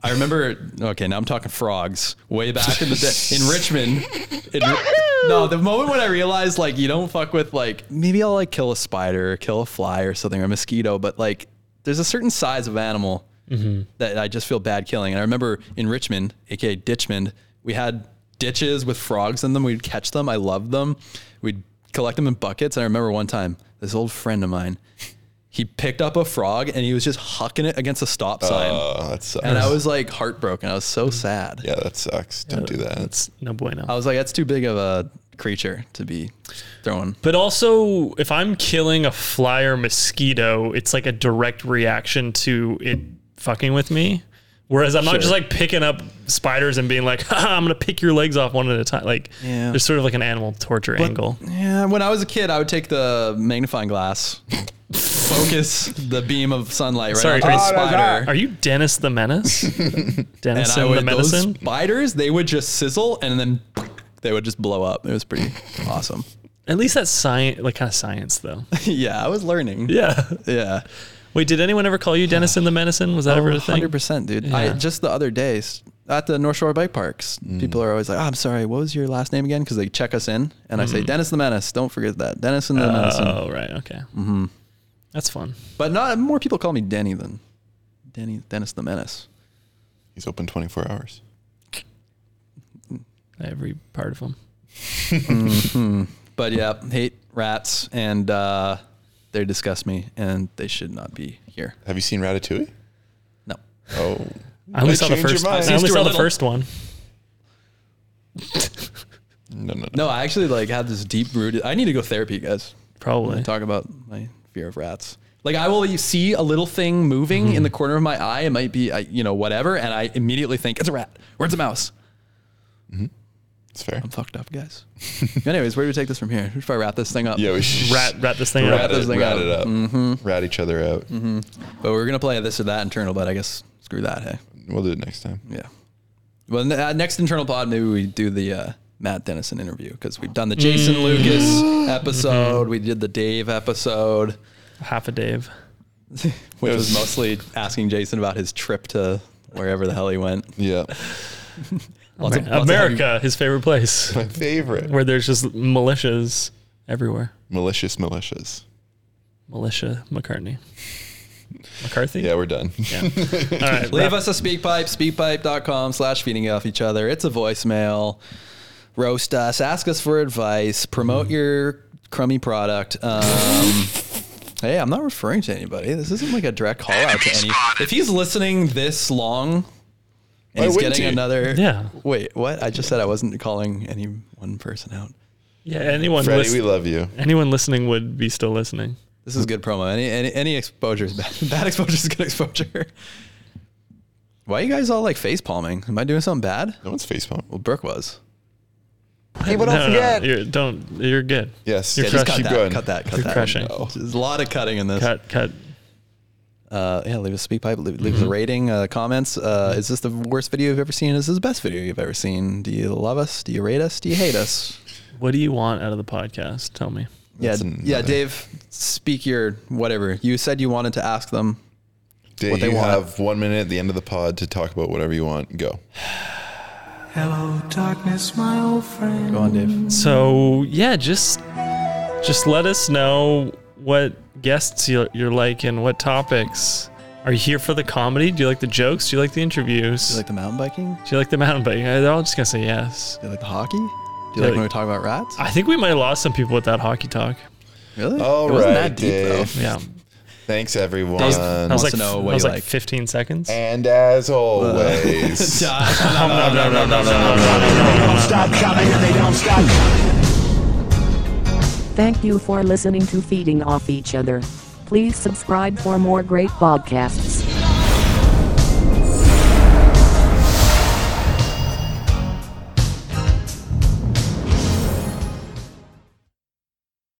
B: I remember. Okay, now I'm talking frogs. Way back in the day in Richmond. in- no, the moment when I realized like you don't fuck with like maybe I'll like kill a spider, or kill a fly or something or a mosquito, but like there's a certain size of animal that I just feel bad killing. And I remember in Richmond, aka Ditchmond, we had ditches with frogs in them. We'd catch them. I loved them. We'd collect them in buckets. And I remember one time, this old friend of mine, he picked up a frog and he was just hucking it against a stop sign.
C: Oh, that sucks.
B: and I was like heartbroken. I was so sad.
C: yeah, that sucks. Don't do that.
D: That's no bueno.
B: I was like, that's too big of a creature to be throwing.
D: But also, if I'm killing a fly or mosquito, it's like a direct reaction to it fucking with me. Whereas I'm not
B: Sure.
D: just like picking up spiders and being like, [laughs] Haha, I'm gonna pick your legs off one at a time. Like,
B: Yeah.
D: there's sort of like an animal torture angle.
B: Yeah, when I was a kid, I would take the magnifying glass focus the beam of sunlight right
D: Sorry,
B: onto
D: are,
B: the spider.
D: are you Dennis the Menace? Dennis
B: I
D: and the
B: would- those
D: Medicine?
B: spiders, they would just sizzle and then they would just blow up. It was
D: [laughs]
B: pretty awesome.
D: At least that's science, like kind of science, though.
B: yeah, I was learning.
D: Yeah.
B: Yeah.
D: Wait, did anyone ever call you Dennis and the Medicine? Was that ever a thing?
B: 100%, Oh, dude. I,
D: Yeah.
B: just the other day s- at the North Shore Bike Parks, people are always like, oh, I'm sorry, what was your last name again? Because they check us in and I say,
D: Mm.
B: Dennis the Menace. Don't forget that. Dennis and the Menace.
D: Oh, right. Okay.
B: hmm
D: That's fun.
B: But not more people call me Denny than Denny, Dennis the Menace.
C: He's open 24 hours.
D: Every part of them.
B: Mhm. But yeah, hate rats and uh, they disgust me and they should not be here.
C: Have you seen Ratatouille?
B: No.
C: Oh.
D: I only
C: Might
D: saw the
C: change your
D: first. I
C: mind.
D: only saw the first one.
C: No, no,
B: No, I actually like had this deep rooted. I need to go therapy, guys.
D: Probably
B: I'm gonna talk about my fear of rats. Like I will see a little thing moving in the corner of my eye. It might be, I, you know, whatever, and I immediately think it's a rat or it's a mouse.
C: It's fair.
B: I'm fucked up, guys. Anyways, where do we take this from here? We should probably wrap this thing up.
C: Yeah, we should
D: [laughs] Rat, rat this thing
C: rat,
D: up.
C: it, rat it up.
B: Mm-hmm.
C: Rat each other out.
B: hmm But we are gonna play this or that internal, but I guess screw that. Hey,
C: We'll do it next time.
B: yeah. Well, ne- uh, next internal pod, maybe we do the uh, Matt Dennison interview because we've done the Jason
D: Mm.
B: Lucas episode, we did the Dave episode,
D: half a Dave,
B: which
C: It
B: was
C: was-
B: mostly asking Jason about his trip to wherever the hell he
C: [laughs]
B: went.
C: Yeah.
B: Lots of-
D: Amer-
B: lots of heavy-
D: America, his favorite
C: [laughs]
D: place.
C: My favorite.
D: Where there's just militias everywhere.
C: Malicious militias.
D: Militia McCartney. McCarthy?
C: Yeah, we're done. [laughs]
D: Yeah. All right.
B: Leave
D: wrap-
B: us a speak pipe, speakpipe.com slash feeding off each other. It's a voicemail. Roast us, ask us for advice, promote your crummy product. Um, hey, I'm not referring to anybody. This isn't like a direct call out to any. If he's listening this long and
C: Why
B: he's
C: wouldn't
B: getting
C: he?
B: another.
D: Yeah.
B: Wait, what? I just said I wasn't calling any one person out.
D: Yeah, anyone
C: Freddie,
D: lis-
C: we love you.
D: anyone listening would be still listening.
B: This is good promo. Any any, any exposure is bad. [laughs] Bad exposure is good exposure. [laughs] Why are you guys all like face palming? Am I doing something bad?
C: No one's face palm.
B: Well, Brooke was.
D: People don't forget. you're, don't. You're good.
C: Yes.
D: You're
B: Yeah, just cut
D: crushing.
B: that. Cut that. Cut
D: You're
B: that.
D: crushing.
B: There's a lot of cutting in this.
D: Cut. Cut.
B: Uh, yeah, leave us a speak pipe. Leave, leave us
C: Mm-hmm.
B: a rating, uh, comments. Uh, is this the worst video you've ever seen? Is this the best video you've ever seen? Do you love us? Do you rate us? Do you hate us?
D: What do you want out of the podcast? Tell me.
B: Yeah,
C: [laughs] That's
B: yeah,
C: another-
B: Dave. Speak your whatever. You said you wanted to ask them.
C: Dave,
B: What they
C: you
B: want.
C: have one minute at the end of the pod to talk about whatever you want. Go.
H: Hello, darkness, my old friend.
B: Go on, Dave.
D: So yeah, just just let us know what guests you're, you're like and what topics. Are you here for the comedy? Do you like the jokes? Do you like the interviews?
B: Do you like the mountain biking?
D: Do you like the mountain bike? Yeah, They're all just gonna say yes.
B: Do you like the hockey? Do you
D: Yeah,
B: like
D: like-
B: when we talk about rats?
D: I think we might have lost some people with that hockey talk.
B: Really?
C: All
B: it wasn't
C: right,
B: that deep
C: Dave.
B: though.
D: Yeah,
C: Thanks, everyone.
D: that was
B: wants
D: like
B: to know
D: that
B: what
D: was
B: you
D: like,
B: like.
D: 15 seconds.
C: and as
D: [laughs]
C: always,
A: Thank you for listening to Feeding Off Each Other. Please subscribe for more great podcasts.